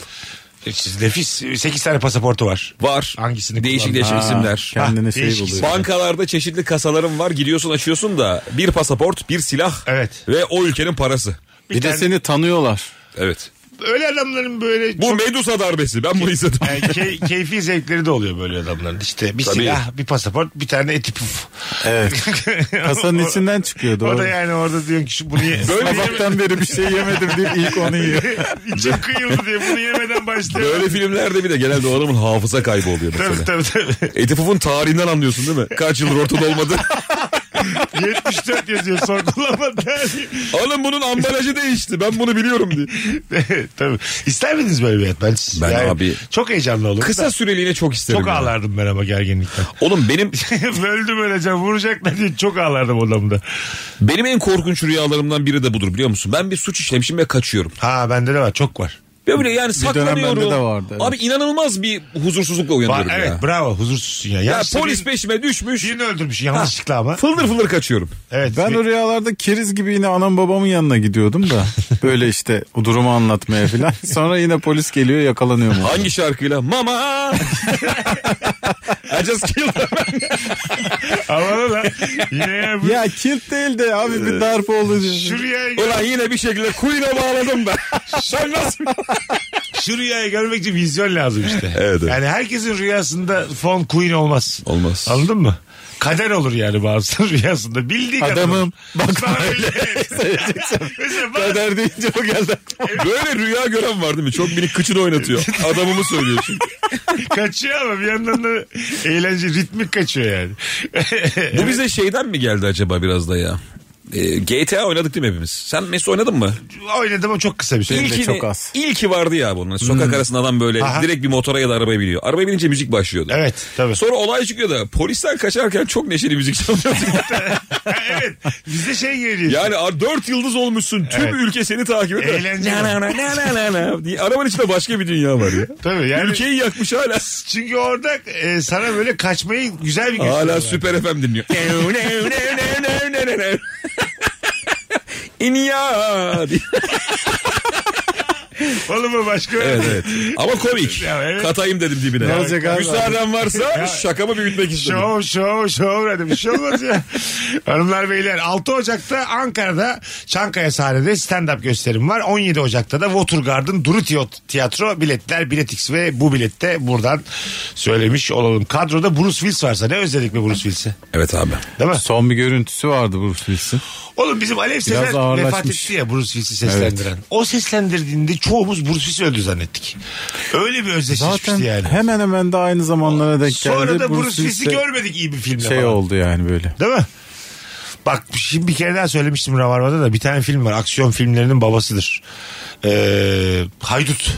S3: Siz nefis. 8 tane pasaportu var.
S5: Var.
S3: Hangisini
S5: Değişik
S3: kullandın?
S5: değişik
S4: Ha,
S5: isimler.
S4: Kendine
S3: Ha,
S4: şey
S3: değişik
S4: buluyor.
S3: isim.
S5: Bankalarda çeşitli kasalarım var. Giriyorsun açıyorsun da bir pasaport, bir silah
S3: Evet.
S5: ve o ülkenin parası.
S4: Bir, de
S3: tane-
S4: seni tanıyorlar.
S5: Evet.
S3: Öyle adamların böyle
S5: Bu Medusa darbesi. Ben bunu izledim.
S3: Yani key- keyfi zevkleri de oluyor böyle adamların. İşte bir
S5: Tabii.
S3: silah, bir pasaport, bir tane eti puf.
S4: Evet. Kasanın içinden çıkıyor
S3: O
S4: doğru.
S3: da yani orada diyorsun ki şu bunu ye.
S4: Böyle Sabahtan beri bir şey yemedim deyip ilk onu yiyor.
S3: İçim kıyıldı diye bunu yemeden başlıyor.
S5: Böyle filmlerde bir de genelde o adamın hafıza kaybı oluyor
S3: Tabii
S5: mesela.
S3: tabii tabii.
S5: Etifuf'un tarihinden anlıyorsun değil mi? Kaç yıldır ortada olmadı.
S3: 74 yazıyor son kullanma tarihi.
S5: Alın bunun ambalajı değişti. Ben bunu biliyorum diye.
S3: tabii. İster miydiniz böyle bir hayat? Ben, siz-
S5: Ben abi-
S3: Çok heyecanlı olur.
S5: Kısa süreliğine çok isterim.
S3: Çok
S5: ya.
S3: ağlardım ben ama gerginlikten.
S5: Oğlum benim
S3: Öldüm öleceğim vuracaklar diye çok ağlardım odamda.
S5: benim en korkunç rüyalarımdan biri de budur biliyor musun? Ben bir suç işlemişim ve kaçıyorum.
S3: Ha bende de var çok var.
S5: Ve böyle yani
S4: dönem bende
S5: saklanıyorum.
S4: de vardı, evet.
S5: Abi inanılmaz bir huzursuzlukla
S3: Var-
S5: uyanıyorum
S3: evet
S5: ya.
S3: bravo huzursuzsun ya.
S5: Ya
S3: Yaşlı
S5: polis
S3: bir-
S5: peşime düşmüş.
S3: birini öldürmüş yanlışlıkla ama.
S5: Fıldır fıldır kaçıyorum.
S3: Evet.
S4: Ben
S3: bir-
S4: o rüyalarda keriz gibi yine anam babamın yanına gidiyordum da. Böyle işte o durumu anlatmaya falan. Sonra yine polis geliyor yakalanıyor mu?
S5: Hangi şarkıyla? Mama! I just killed her.
S3: Havalı lan. Yine ya bu
S4: Ya kilt değil de abi bir darp oldu.
S3: Ee, Şu rüyayı, gör-
S5: Ulan yine bir şekilde Queen'e bağladım ben. Sen nasıl?
S3: şu rüyayı görmek için vizyon lazım işte.
S5: Evet, evet.
S3: Yani herkesin rüyasında fon queen olmaz.
S5: Olmaz.
S3: Anladın mı? Kader olur yani bazı rüyasında. Bildiği kadar.
S4: Adamım,
S3: Bak öyle. Mesela bana-
S4: Kader deyince o geldi.
S5: Böyle rüya gören var değil mi? Çok minik kıçını oynatıyor. Adamımı söylüyor çünkü.
S3: kaçıyor ama bir yandan da eğlence ritmik kaçıyor yani.
S5: Bu bize şeyden mi geldi acaba biraz da ya? e, GTA oynadık değil mi hepimiz? Sen Mesut oynadın mı?
S3: Oynadım o çok kısa bir şey. süre.
S4: de
S5: İlkini-
S4: çok az.
S5: İlki vardı ya bunun. Sokak arasında adam böyle
S3: Aha.
S5: direkt bir motora ya da arabaya biniyor. Arabaya binince müzik başlıyordu.
S3: Evet tabii.
S5: Sonra olay çıkıyor da polisten kaçarken çok neşeli müzik çalıyordu.
S3: Ha, evet bize şey geliyor.
S5: yani a- dört yıldız olmuşsun. Tüm
S3: Evet.
S5: ülke seni takip ediyor.
S3: Eğlence
S5: Na na na na na na na diye. Arabanın içinde başka bir dünya var ya.
S3: Tabii yani
S5: Ülkeyi yakmış hala.
S3: çünkü orada e, sana böyle kaçmayı güzel bir gösteriyorlar.
S5: Hala Süper FM dinliyor. İnya diye.
S3: Olur mu başka?
S5: Evet evet. Ama komik.
S3: Ya, evet.
S5: Katayım dedim dibine.
S4: Ne olacak abi?
S5: Müsaaden varsa şakamı büyütmek istedim.
S3: Şov şov şov dedim. Bir şey olmaz ya. Hanımlar beyler 6 Ocak'ta Ankara'da Çankaya sahnede stand-up gösterim var. 17 Ocak'ta da Watergarden Duru Tiyo- Tiyatro biletler biletix ve bu bilette buradan söylemiş olalım. Kadroda Bruce Willis varsa ne özledik mi Bruce Willis'i?
S5: Evet abi.
S3: Değil mi?
S4: Son bir görüntüsü vardı Bruce Willis'in.
S3: Oğlum bizim Alev Sezer
S4: ağırlaşmış.
S3: vefat etti ya Bruce Willis'i seslendiren. O seslendirdiğinde çoğumuz Bruce Willis öldü zannettik. Öyle bir özdeşleşmişti
S4: Zaten
S3: şey yani.
S4: hemen hemen de aynı zamanlara denk geldi.
S3: Sonra da Bruce Willis'i
S4: Willis de
S3: görmedik iyi bir filmde
S4: Şey
S3: falan.
S4: oldu yani böyle.
S3: Değil mi? Bak şimdi bir kere daha söylemiştim Ravarva'da da bir tane film var. Aksiyon filmlerinin babasıdır. Ee, Haydut.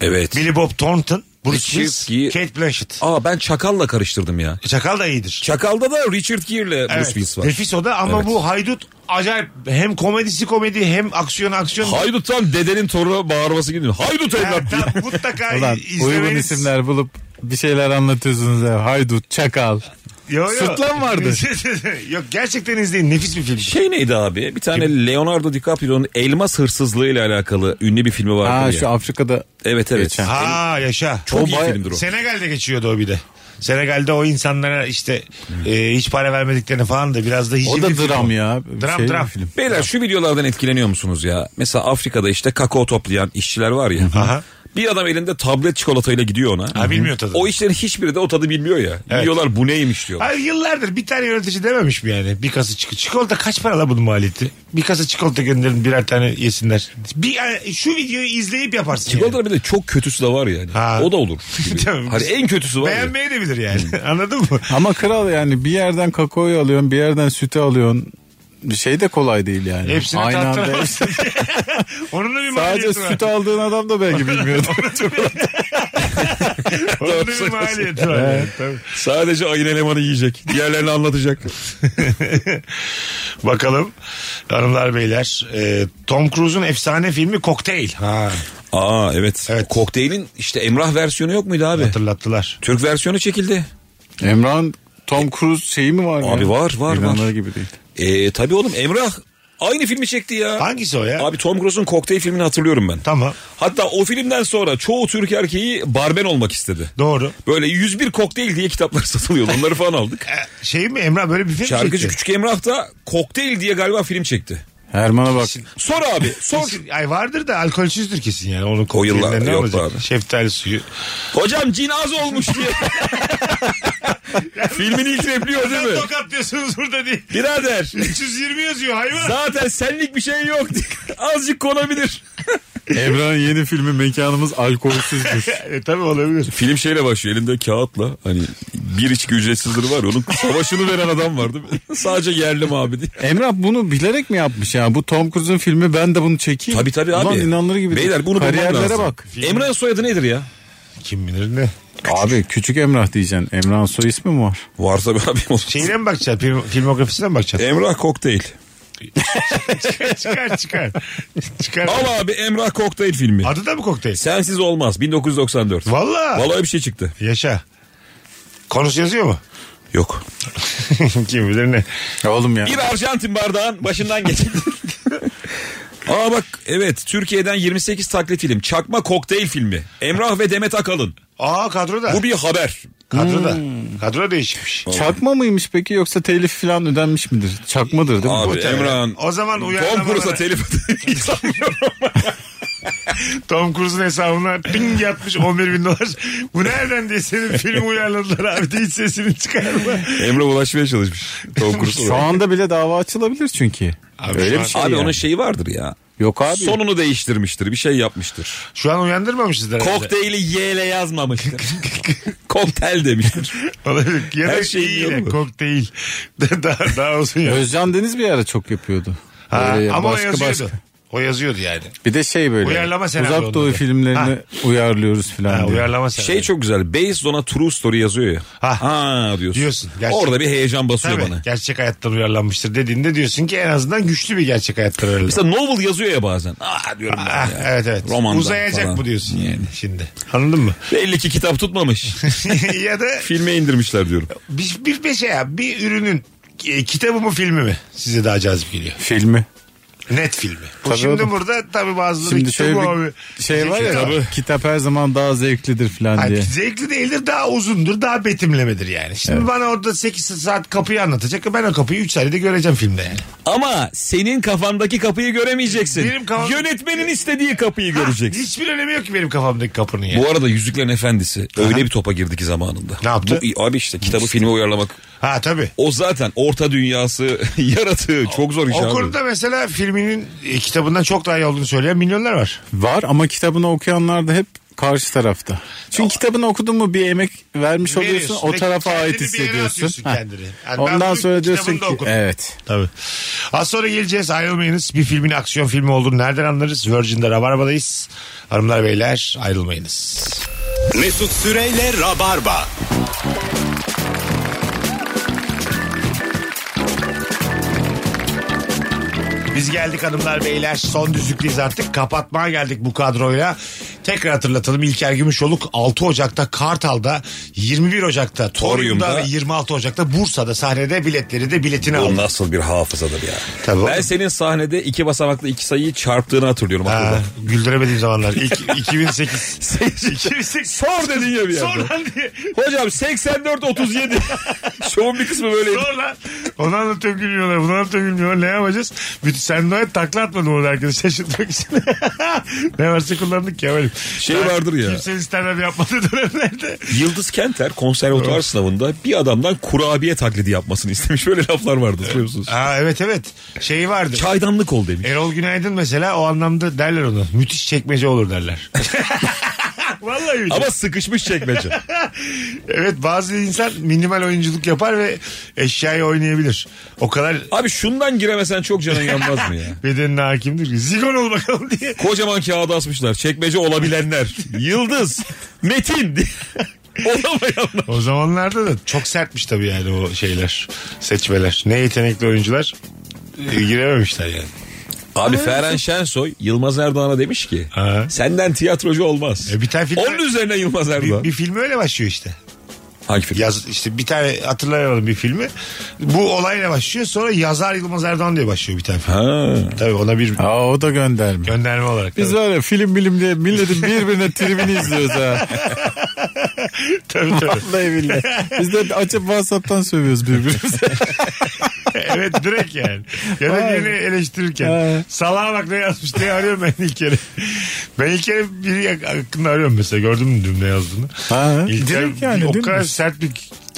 S5: Evet.
S3: Billy Bob Thornton. Bruce
S5: Richard
S3: Willis.
S5: Gere.
S3: Kate Blanchett.
S5: Aa ben Çakal'la karıştırdım ya.
S3: Çakal da iyidir.
S5: Çakal'da da Richard Gere'le Bruce
S3: Evet.
S5: Willis var.
S3: Nefis o da ama
S5: Evet.
S3: bu Haydut acayip hem komedisi komedi hem aksiyon aksiyon.
S5: Haydut tam dedenin torunu bağırması gibi. Haydut
S3: Yani
S5: evlat diye.
S3: tam mutlaka
S4: Ulan uygun
S3: izlemeniz.
S4: isimler bulup bir şeyler anlatıyorsunuz ya. Haydut, çakal.
S3: Yo, yo.
S4: Sırtlan vardı.
S3: Yok gerçekten izleyin nefis bir film.
S5: Şey neydi abi? Bir tane Leonardo DiCaprio'nun elmas hırsızlığı ile alakalı ünlü bir filmi vardı
S4: Ha
S5: ya.
S4: şu Afrika'da
S5: Evet evet.
S4: Geçen.
S3: Ha yaşa.
S5: Çok
S4: O
S5: iyi
S4: baya-
S5: filmdir o.
S3: Senegal'de geçiyordu o bir de. Senegal'de o insanlara işte e, hiç para vermediklerini falan da biraz da
S4: O
S3: hicivli
S4: da
S3: film
S4: dram
S3: o.
S4: ya.
S3: Dram
S4: Şey,
S3: dram.
S4: Film.
S5: Beyler şu videolardan etkileniyor musunuz ya? Mesela Afrika'da işte kakao toplayan işçiler var ya.
S3: Aha.
S5: Bir adam elinde tablet çikolatayla gidiyor ona.
S3: Ha, bilmiyor tadı.
S5: O işlerin hiçbiri de o tadı bilmiyor ya.
S3: Evet.
S5: Diyorlar bu neymiş diyor.
S3: Hayır yıllardır bir tane yönetici dememiş mi yani? Bir kasa çikolata. Çikolata kaç para la bunun maliyeti? Bir kasa çikolata gönderin birer tane yesinler. Bir, yani şu videoyu izleyip yaparsın. yani.
S5: Çikolatanın bir de çok kötüsü de var yani.
S3: Ha.
S5: O da olur.
S3: Tamam.
S5: hani en kötüsü var ya.
S3: Beğenmeye de bilir yani. Anladın mı?
S4: Ama kral yani bir yerden kakaoyu alıyorsun bir yerden sütü alıyorsun. Bir şey de kolay değil yani.
S3: Hepsini
S4: Aynı anda hepsi-
S3: tattıramazsın. Onun da bir maliyeti
S4: Sadece
S3: var.
S4: süt aldığın adam da belki bilmiyordu.
S3: Onun da bir maliyeti var. yani. Tabii.
S5: Sadece ayın elemanı yiyecek. Diğerlerini anlatacak.
S3: Bakalım hanımlar beyler. Ee, Tom Cruise'un efsane filmi Kokteyl. Ha,
S5: Aa evet.
S3: Evet.
S5: Kokteylin işte Emrah versiyonu yok muydu abi?
S3: hatırlattılar.
S5: Türk versiyonu çekildi.
S4: Emran Tom Cruise şeyi mi var?
S5: Abi
S4: ya?
S5: var, var,
S4: İnanılır
S5: var.
S4: gibi değil.
S5: Ee, tabii oğlum Emrah aynı filmi çekti ya.
S3: Hangisi o ya?
S5: Abi Tom Cruise'un kokteyl filmini hatırlıyorum ben.
S3: Tamam.
S5: Hatta o filmden sonra çoğu Türk erkeği barmen olmak istedi.
S3: Doğru.
S5: Böyle 101 kokteyl diye kitaplar satılıyordu. Onları falan aldık.
S3: Ee, Şey mi Emrah böyle bir film
S5: Şarkıcı
S3: çekti.
S5: Küçük Emrah da kokteyl diye galiba film çekti.
S4: Herman'a bak.
S5: Sor abi sor.
S3: Kesin- Ay vardır da alkolsüzdür kesin yani. Onun kokteylinde
S5: yıllar-
S3: ne
S5: yok
S3: olacak?
S5: abi.
S3: Şeftali suyu.
S5: Hocam cinaz olmuş diye. Filmin ilk repliği o değil
S3: Neden
S5: mi?
S3: tokatlıyorsunuz burada diye.
S5: Birader
S3: 320 yazıyor hayvan.
S5: zaten senlik bir şey yok. Azıcık konabilir.
S4: Emran yeni filmi mekanımız alkolsüzdür.
S3: E, tabii olabilir.
S5: Film şeyle başlıyor elinde kağıtla hani bir içki ücretsizleri var ya, onun savaşını veren adam var değil mi? Sadece yerli mi abi diye.
S4: Emrah bunu bilerek mi yapmış yani? Bu Tom Cruise'un filmi ben de bunu çekeyim.
S5: Tabii tabii abi.
S4: Ulan inanılır gibi değil.
S5: Beyler bunu bulmam
S4: Kariyerlere
S5: lazım.
S4: bak.
S5: Emre'nin soyadı nedir ya?
S3: Kim bilir ne.
S4: Abi küçük Emrah diyeceksin. Emrah'ın soy ismi mi var?
S5: Varsa bir abim olsun.
S3: Şeyine mi bakacaksın? Film, filmografisine mi bakacaksın?
S5: Emrah Kokteyl.
S3: çıkar çıkar. çıkar.
S5: Al abi Emrah Kokteyl filmi.
S3: Adı da mı kokteyl?
S5: Sensiz olmaz 1994.
S3: Valla.
S5: Vallahi bir şey çıktı.
S3: Yaşa. Konusu yazıyor mu?
S5: Yok.
S3: Kim bilir ne.
S4: Oğlum ya.
S5: Bir Arjantin bardağın başından geçildi. Aa bak evet Türkiye'den 28 taklit film. Çakma Kokteyl filmi. Emrah ve Demet Akalın.
S3: Aa kadroda.
S5: Bu bir Hmm. haber.
S3: Kadroda. Kadro değişikmiş.
S4: Çakma mıymış peki yoksa telif falan ödenmiş midir? Çakmadır değil mi?
S5: Abi
S3: Muhtemelen.
S5: Emrah'ın
S3: O zaman
S5: Tom Cruise'a
S3: uyarlamalara-
S5: telif ödemeyi sanmıyorum.
S3: Tom Cruise'un hesabına ping yatmış 11 bin dolar. Bu nereden diye senin filmi uyarladılar abi de hiç sesini çıkarma.
S5: Emrah ulaşmaya çalışmış. Tom Cruise
S4: Şu anda bile dava açılabilir çünkü.
S3: Abi şu
S4: Öyle
S3: an-
S4: bir şey
S5: Abi
S4: yani.
S5: onun şeyi vardır ya.
S4: Yok abi.
S5: Sonunu değiştirmiştir. Bir şey yapmıştır.
S3: Şu an uyandırmamışızdır. herhalde.
S5: Kokteyli Y ile yazmamıştır. Kokteyl demiştir.
S3: Olabilir. Ya
S5: Her
S3: da
S5: şeyin
S3: iyi
S5: yolu
S3: de
S5: mu?
S3: kokteyl. daha, daha olsun ya.
S4: Özcan Deniz bir ara çok yapıyordu.
S3: Ha,
S4: Böyle
S3: ama
S4: başka
S3: o yazıyordu.
S4: başka.
S3: O yazıyordu yani.
S4: Bir de şey böyle.
S3: Uyarlama senaryo
S4: Uzak Doğu
S3: onlarda.
S4: filmlerini
S3: Ha.
S4: uyarlıyoruz filan.
S3: Ha,
S4: diye.
S3: uyarlama sen.
S5: Şey çok güzel. Based on a true story yazıyor ya.
S3: Ha.
S5: Ha, diyorsun.
S3: Diyorsun. Gerçek-
S5: Orada bir heyecan basıyor
S3: Tabii,
S5: bana.
S3: gerçek hayattan uyarlanmıştır dediğinde diyorsun ki en azından güçlü bir gerçek hayattan uyarlanmış.
S5: Mesela novel yazıyor ya bazen. Aa diyorum ben
S3: Ah,
S5: ya.
S3: evet evet.
S5: Romandan
S3: Uzayacak
S5: falan.
S3: bu diyorsun yani,
S5: Yani.
S3: şimdi. Anladın mı?
S5: Belli ki kitap tutmamış.
S3: ya da
S5: Filme indirmişler diyorum.
S3: bir, bir, bir şey ya bir ürünün e, kitabı mı filmi mi size daha cazip geliyor?
S4: Filmi.
S3: Net filmi. Bu
S4: Tabii
S3: şimdi
S4: oğlum.
S3: burada tabii bazıları
S4: Şimdi
S3: kitabı
S4: şöyle
S3: abi.
S4: bir şey var ya
S3: Kitabı.
S4: kitap her zaman daha zevklidir filan
S3: Hani
S4: diye.
S3: zevkli değildir daha uzundur daha betimlemedir yani. Şimdi bana orada 8 saat kapıyı anlatacak. Ben o kapıyı 3 saniyede göreceğim filmde yani.
S5: Ama senin kafandaki kapıyı göremeyeceksin.
S3: Benim kafam-
S5: Yönetmenin istediği kapıyı göreceksin.
S3: Ah, Hiçbir önemi yok ki benim kafamdaki kapının yani.
S5: Bu arada Yüzüklerin Efendisi öyle bir topa girdi ki zamanında.
S3: Ne yaptı?
S5: Bu- abi işte kitabı filme uyarlamak.
S3: Ha tabii.
S5: O zaten orta dünyası yaratığı çok zor iş
S3: O
S5: abi.
S3: konuda mesela filminin e, kitabından çok daha iyi olduğunu söyleyen milyonlar var.
S4: Var ama kitabını okuyanlar da hep karşı tarafta. Çünkü kitabını okudun mu bir emek vermiş oluyorsun.
S3: Veriyorsun
S4: O
S3: ve
S4: tarafa
S3: kendini bir
S4: ait
S3: yere atıyorsun
S4: hissediyorsun. Ha.
S3: kendini. Yani ben
S4: Ondan
S3: bunu
S4: sonra diyorsun
S3: kitabını da
S4: ki
S3: okudum.
S4: evet.
S3: Tabii. Az sonra geleceğiz ayrılmayınız. Bir filmin aksiyon filmi olduğunu nereden anlarız? Virgin'de Rabarba'dayız. Hanımlar beyler ayrılmayınız.
S2: Mesut Süreyle Rabarba.
S3: Biz geldik hanımlar beyler son düzlükteyiz artık kapatmaya geldik bu kadroyla. Tekrar hatırlatalım İlker Gümüşoluk 6 Ocak'ta Kartal'da 21 Ocak'ta Torium'da
S5: Torium'da.
S3: ve 26 Ocak'ta Bursa'da sahnede biletleri de biletini
S5: Bu
S3: aldı.
S5: nasıl bir hafızadır ya.
S3: Tabii.
S5: Ben senin sahnede iki basamaklı iki sayıyı çarptığını hatırlıyorum.
S3: Ha,
S5: Ha.
S3: güldüremediğim zamanlar. İlk, 2008. 2008.
S5: Sor dedin ya bir
S3: Sonra
S5: anda.
S3: diye.
S5: Hocam 84-37. Şovun bir kısmı böyle.
S3: Sonra onu anlatıyorum gülmüyorlar. Bunu anlatıyorum gülmüyorlar. Ne yapacağız? Bütün sen de takla atmadın orada herkesi şaşırtmak için. ne varsa kullandık ya böyle.
S5: Şey vardır ya.
S3: Kimsenin stand-up yapmadığı dönemlerde.
S5: Yıldız Kenter konservatuvar sınavında bir adamdan kurabiye taklidi yapmasını istemiş. Böyle laflar vardı hatırlıyor musunuz?
S3: Aa, evet evet. Şey vardı.
S5: Çaydanlık ol demiş.
S3: Erol Günaydın mesela o anlamda derler onu. Müthiş çekmece olur derler. Vallahi billahi.
S5: Ama sıkışmış çekmece.
S3: Evet bazı insan minimal oyunculuk yapar ve eşyayı oynayabilir. O kadar
S5: Abi şundan giremesen çok canın yanmaz mı ya?
S3: bedenine hakimdir ki. Zigon ol bakalım diye.
S5: Kocaman kağıda asmışlar. Çekmece olabilenler. Yıldız. Metin. Olamayanlar.
S3: O zamanlarda da çok sertmiş tabii yani o şeyler. Seçmeler. Ne yetenekli oyuncular e, girememişler yani.
S5: Abi Ferhan Şensoy Yılmaz Erdoğan'a demiş ki
S3: Ha.
S5: senden tiyatrocu olmaz.
S3: E, bir tane film-
S5: Onun üzerine Yılmaz Erdoğan.
S3: Bir, bir film öyle başlıyor işte.
S5: Hangi film?
S3: Yaz, işte bir tane hatırlayamadım bir filmi. Bu olayla başlıyor. Sonra yazar Yılmaz Erdoğan diye başlıyor bir tane film.
S5: Ha.
S3: Tabii ona bir
S4: Aa, o da gönderme.
S3: gönderme olarak.
S4: Biz
S3: tabii.
S4: var ya film bilim diye milletin birbirine tribini izliyoruz ha.
S3: Tabii, tabii.
S4: Vallahi billahi. Biz de açıp WhatsApp'tan sövüyoruz birbirimize.
S3: evet direkt yani. Ya da
S4: Vay.
S3: birini eleştirirken.
S4: Ha.
S3: Salağa bak ne yazmış diye arıyorum ben ilk kere. Ben ilk kere biri hakkında arıyorum mesela. Gördün mü dün ne yazdığını?
S4: Ha,
S3: İlk
S4: direkt yani,
S3: O
S4: değil
S3: kadar
S4: mi?
S3: sert bir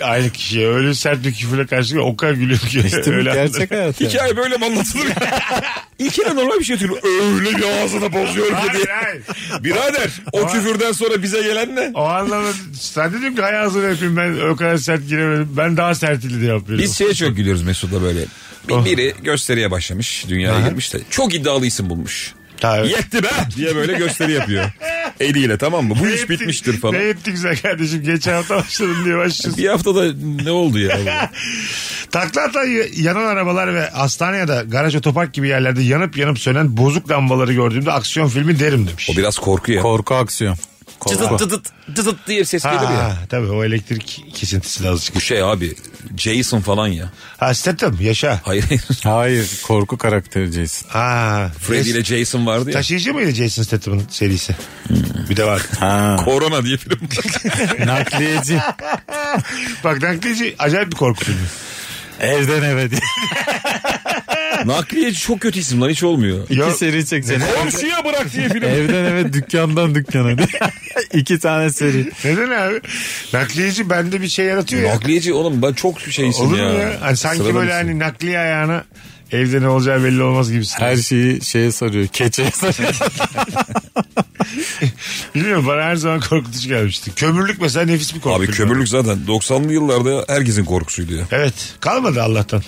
S3: aynı kişiye öyle sert bir küfürle karşı o kadar gülüyorum ki.
S4: İşte bu
S3: öyle
S4: gerçek
S3: anladım.
S4: hayat. yani.
S5: Hikaye böyle mi anlatılır? İlk kere normal bir şey hatırlıyorum. Öyle bir ağzını bozuyor ki diye.
S3: Hayır hayır.
S5: Birader o küfürden sonra bize gelen ne?
S3: O anlamda sen dedim ki hayatını öpeyim ben o kadar sert giremedim. Ben daha sertili diye yapıyorum.
S5: Biz şeye çok gülüyoruz Mesut'la böyle. Bir, biri gösteriye başlamış. Dünyaya girmiş de. Çok iddialı isim bulmuş.
S3: Ha, evet.
S5: Yetti be diye böyle gösteri yapıyor. Eliyle tamam mı? Bu
S3: Ne
S5: iş
S3: ettin-
S5: bitmiştir falan.
S3: Ne ettin güzel kardeşim geçen hafta başladım diye başlıyorsun.
S5: Bir haftada ne oldu ya?
S3: Takla atan y- yanan arabalar ve hastane ya da garaj otopark gibi yerlerde yanıp yanıp sönen bozuk lambaları gördüğümde aksiyon filmi derim demiş.
S5: o biraz korku ya.
S4: Korku aksiyon.
S5: Cızıt cızıt cızıt diye bir ses gelir ya.
S3: Ha, tabii o elektrik kesintisi de azıcık.
S5: Bu şey abi Jason falan ya.
S3: Ha Statham yaşa.
S5: Hayır hayır.
S4: Hayır korku karakteri Jason.
S3: Ha,
S5: Freddy ile Jason vardı ya. Hmm.
S3: Taşıyıcı mıydı Jason Statham'ın serisi? Bir de var.
S5: Korona diye film. var.
S4: Nakliyeci.
S3: Bak nakliyeci acayip bir korku filmi.
S4: Evden eve diye.
S5: Nakliyeci çok kötü isim lan hiç olmuyor.
S4: İki
S3: Yok.
S4: seri çekecek.
S5: Komşuya bırak diye film.
S4: Evden eve dükkandan dükkana diye. İki tane seri.
S3: Neden abi? Nakliyeci bende bir şey yaratıyor ya.
S5: Nakliyeci oğlum ben çok şeysin
S3: Olur mu
S5: ya.
S3: ya? Hani sanki
S5: Sıradan
S3: böyle
S5: isim.
S3: hani nakliye ayağına Evde ne olacağı belli olmaz gibisin.
S4: Her şeyi şeye sarıyor. Keçeye sarıyor.
S3: Bilmiyorum bana her zaman korkutucu gelmişti. Kömürlük mesela nefis bir korku.
S5: Abi kömürlük zaten 90'lı yıllarda herkesin korkusuydu ya.
S3: Evet kalmadı Allah'tan.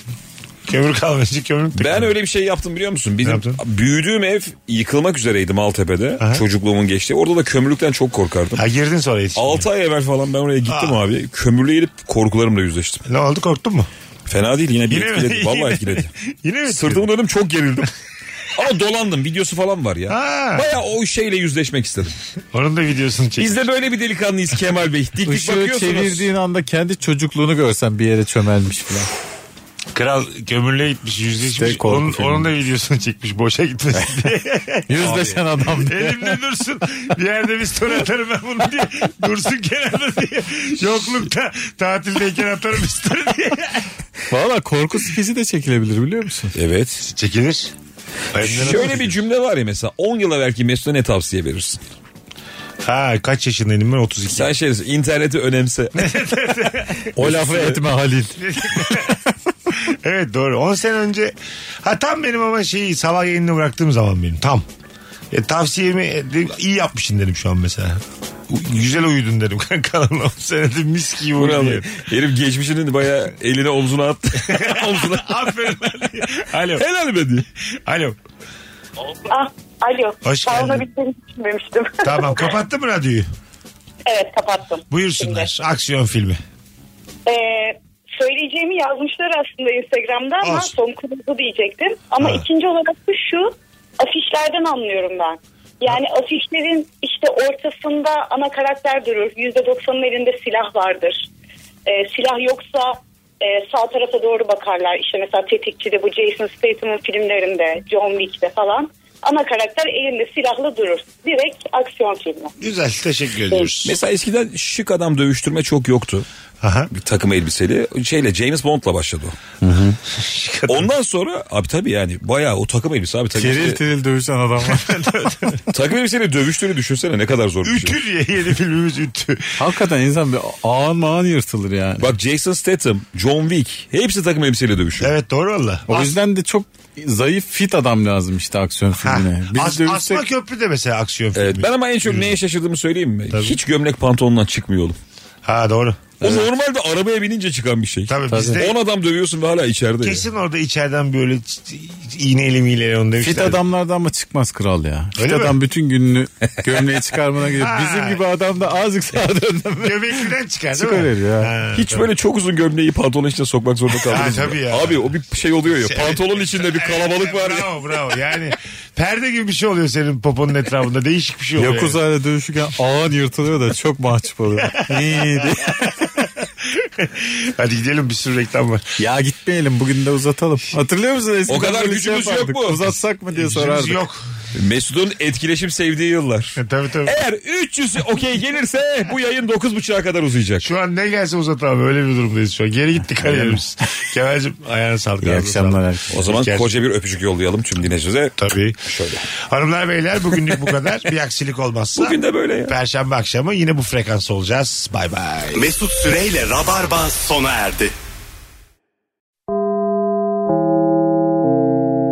S3: Kömür kalmayınca kömürlük de
S5: Ben
S3: kalmadı.
S5: öyle bir şey yaptım biliyor musun? Bizim
S3: yaptın?
S5: büyüdüğüm ev yıkılmak üzereydi Maltepe'de.
S3: Aha.
S5: Çocukluğumun geçtiği. Orada da kömürlükten çok korkardım.
S3: Ha girdin sonra yetiştin.
S5: 6 ay evvel falan ben oraya gittim
S3: Aa.
S5: abi. Kömürlüğe gelip korkularımla yüzleştim.
S3: Ne oldu korktun mu?
S5: Fena değil yine bir
S3: Yine mi?
S5: etkiledi. Vallahi
S3: Yine-
S5: etkiledi.
S3: Yine mi?
S5: Sırtımı dönüp çok gerildim. Ama dolandım. Videosu falan var ya.
S3: Ha.
S5: Baya o şeyle yüzleşmek istedim.
S3: Onun da videosunu çek.
S5: Biz de böyle bir delikanlıyız Kemal Bey. Dik dik
S4: Işığı
S5: bakıyorsunuz.
S4: çevirdiğin anda kendi çocukluğunu görsen bir yere çömelmiş falan.
S3: Kral kömürlüğe gitmiş yüzleşmiş.
S4: İşte korku
S3: onun,
S4: filmi.
S3: onun da videosunu çekmiş boşa gitmesin diye.
S4: Yüzleşen adam diye.
S3: Elimde dursun. Bir yerde bir story atarım ben bunu diye. Dursun kenarda diye. Yoklukta tatildeyken atarım bir story diye.
S4: Valla korku skeci de çekilebilir biliyor musun?
S5: Evet.
S3: Çekilir.
S5: Şöyle bir cümle var ya mesela 10 yıl evvelki Mesut'a ne tavsiye verirsin?
S3: Ha kaç yaşındaydım ben 32.
S5: Sen şey diyorsun, interneti önemse.
S4: O lafı etme Halil.
S3: Evet doğru. 10 sene önce ha tam benim ama şeyi sabah yayınını bıraktığım zaman benim tam. E, tavsiyemi e, de- iyi yapmışsın dedim şu an mesela. U- Güzel uyudun dedim kanka. 10 senede mis gibi
S5: Bunu
S3: uyudun.
S5: alayım. Herif geçmişinin bayağı eline omzuna attı. omzuna.
S3: Aferin. Alo.
S5: Helal be diye.
S3: Alo.
S8: Ah, alo.
S3: Hoş
S8: Sauna
S3: geldin.
S8: bittiğini düşünmemiştim.
S3: Tamam kapattın mı radyoyu?
S8: evet kapattım.
S3: Buyursunlar. Aksiyon filmi.
S8: Şimdi, Ee, söyleyeceğimi yazmışlar aslında Instagram'da ama
S3: Olsun.
S8: son kırmızı diyecektim. Ama
S3: Ha.
S8: ikinci olarak da şu afişlerden anlıyorum ben. Yani afişlerin işte ortasında ana karakter durur. Yüzde doksanın elinde silah vardır. Ee, silah yoksa e, sağ tarafa doğru bakarlar. İşte mesela Tetikçi'de bu Jason Statham'ın filmlerinde, John Wick'te falan. Ana karakter elinde silahla durur. Direkt aksiyon filmi.
S3: Güzel teşekkür ediyoruz.
S5: Mesela eskiden şık adam dövüştürme çok yoktu.
S3: Aha.
S5: Bir takım elbiseli. Şeyle James Bond'la başladı o. Ondan sonra abi tabii yani bayağı o takım elbise abi. Takım,
S4: Teril
S5: elbise,
S4: teril dövüşen adam var.
S5: takım elbiseyle dövüştüğünü düşünsene ne kadar zor bir şey.
S3: Ütü diye yeni filmimiz Ütü.
S4: Hakikaten insan bir ağın mağın yırtılır yani.
S5: Bak Jason Statham, John Wick hepsi takım elbiseyle dövüşüyor.
S3: Evet doğru valla.
S4: o yüzden de çok zayıf fit adam lazım işte aksiyon
S3: Ha.
S4: filmine. Biz
S3: As-
S4: dövüşsek
S3: Asma Köprü de mesela aksiyon filmi.
S5: Evet, ben ama en çok neye şaşırdığımı söyleyeyim mi? Hiç gömlek pantolondan çıkmıyor oğlum.
S3: Ha doğru.
S5: O normalde arabaya binince çıkan bir şey.
S3: Tabii, bizde-
S5: 10 adam dövüyorsun ve hala içeride. ya.
S3: Kesin orada içeriden böyle ç- ç- iğneyle miğneyle onu demişler.
S4: fit adamlardan ama çıkmaz kral ya.
S3: Öyle
S4: fit
S3: mi?
S4: adam bütün gününü gömleği çıkarmana gidiyor.
S3: Ha.
S4: Bizim gibi adam da azıcık sağa döndüm.
S3: Göbekliden çıkar E, değil mi?
S4: Çıkarır ya.
S3: Ha,
S5: Hiç böyle çok uzun gömleği pantolon içine sokmak zorunda kaldınız
S3: Ha,
S5: mı?
S3: tabii ya.
S5: Abi o bir şey oluyor ya. Pantolon içinde bir kalabalık var ya.
S3: Bravo bravo yani perde gibi bir şey oluyor senin poponun etrafında değişik bir şey oluyor.
S4: Yakuza ile dövüşürken ağın yırtılıyor da çok mahcup oluyor. İyi diye.
S3: yani. Hadi gidelim bir sürü reklam var.
S4: ya gitmeyelim bugün de uzatalım. Hatırlıyor musun? eskiden
S5: O kadar
S4: böyle
S5: gücümüz yok
S4: yapardık.
S5: mu?
S4: Uzatsak mı diye
S3: Sorardık.
S4: sorardık.
S3: yok.
S5: Mesut'un etkileşim sevdiği yıllar.
S3: E, tabii tabii.
S5: Eğer 300 okey gelirse bu yayın 9.30'a kadar uzayacak.
S3: Şu an ne gelse uzat abi öyle bir durumdayız şu an. Geri gittik kariyerimiz. Kemal'cim ayağına sağlık.
S4: İyi
S3: ağzına
S4: akşamlar.
S3: sağlık.
S4: herkese.
S5: O zaman
S3: Gerçi-
S5: koca bir öpücük yollayalım tüm dinleyicilerimize.
S3: Tabii.
S5: Şöyle.
S3: Hanımlar beyler bugünlük bu kadar. Bir aksilik olmazsa.
S5: Bugün de böyle ya.
S3: Perşembe akşamı yine bu frekans olacağız. Bay bay.
S2: Mesut Süreyle Rabarba sona erdi.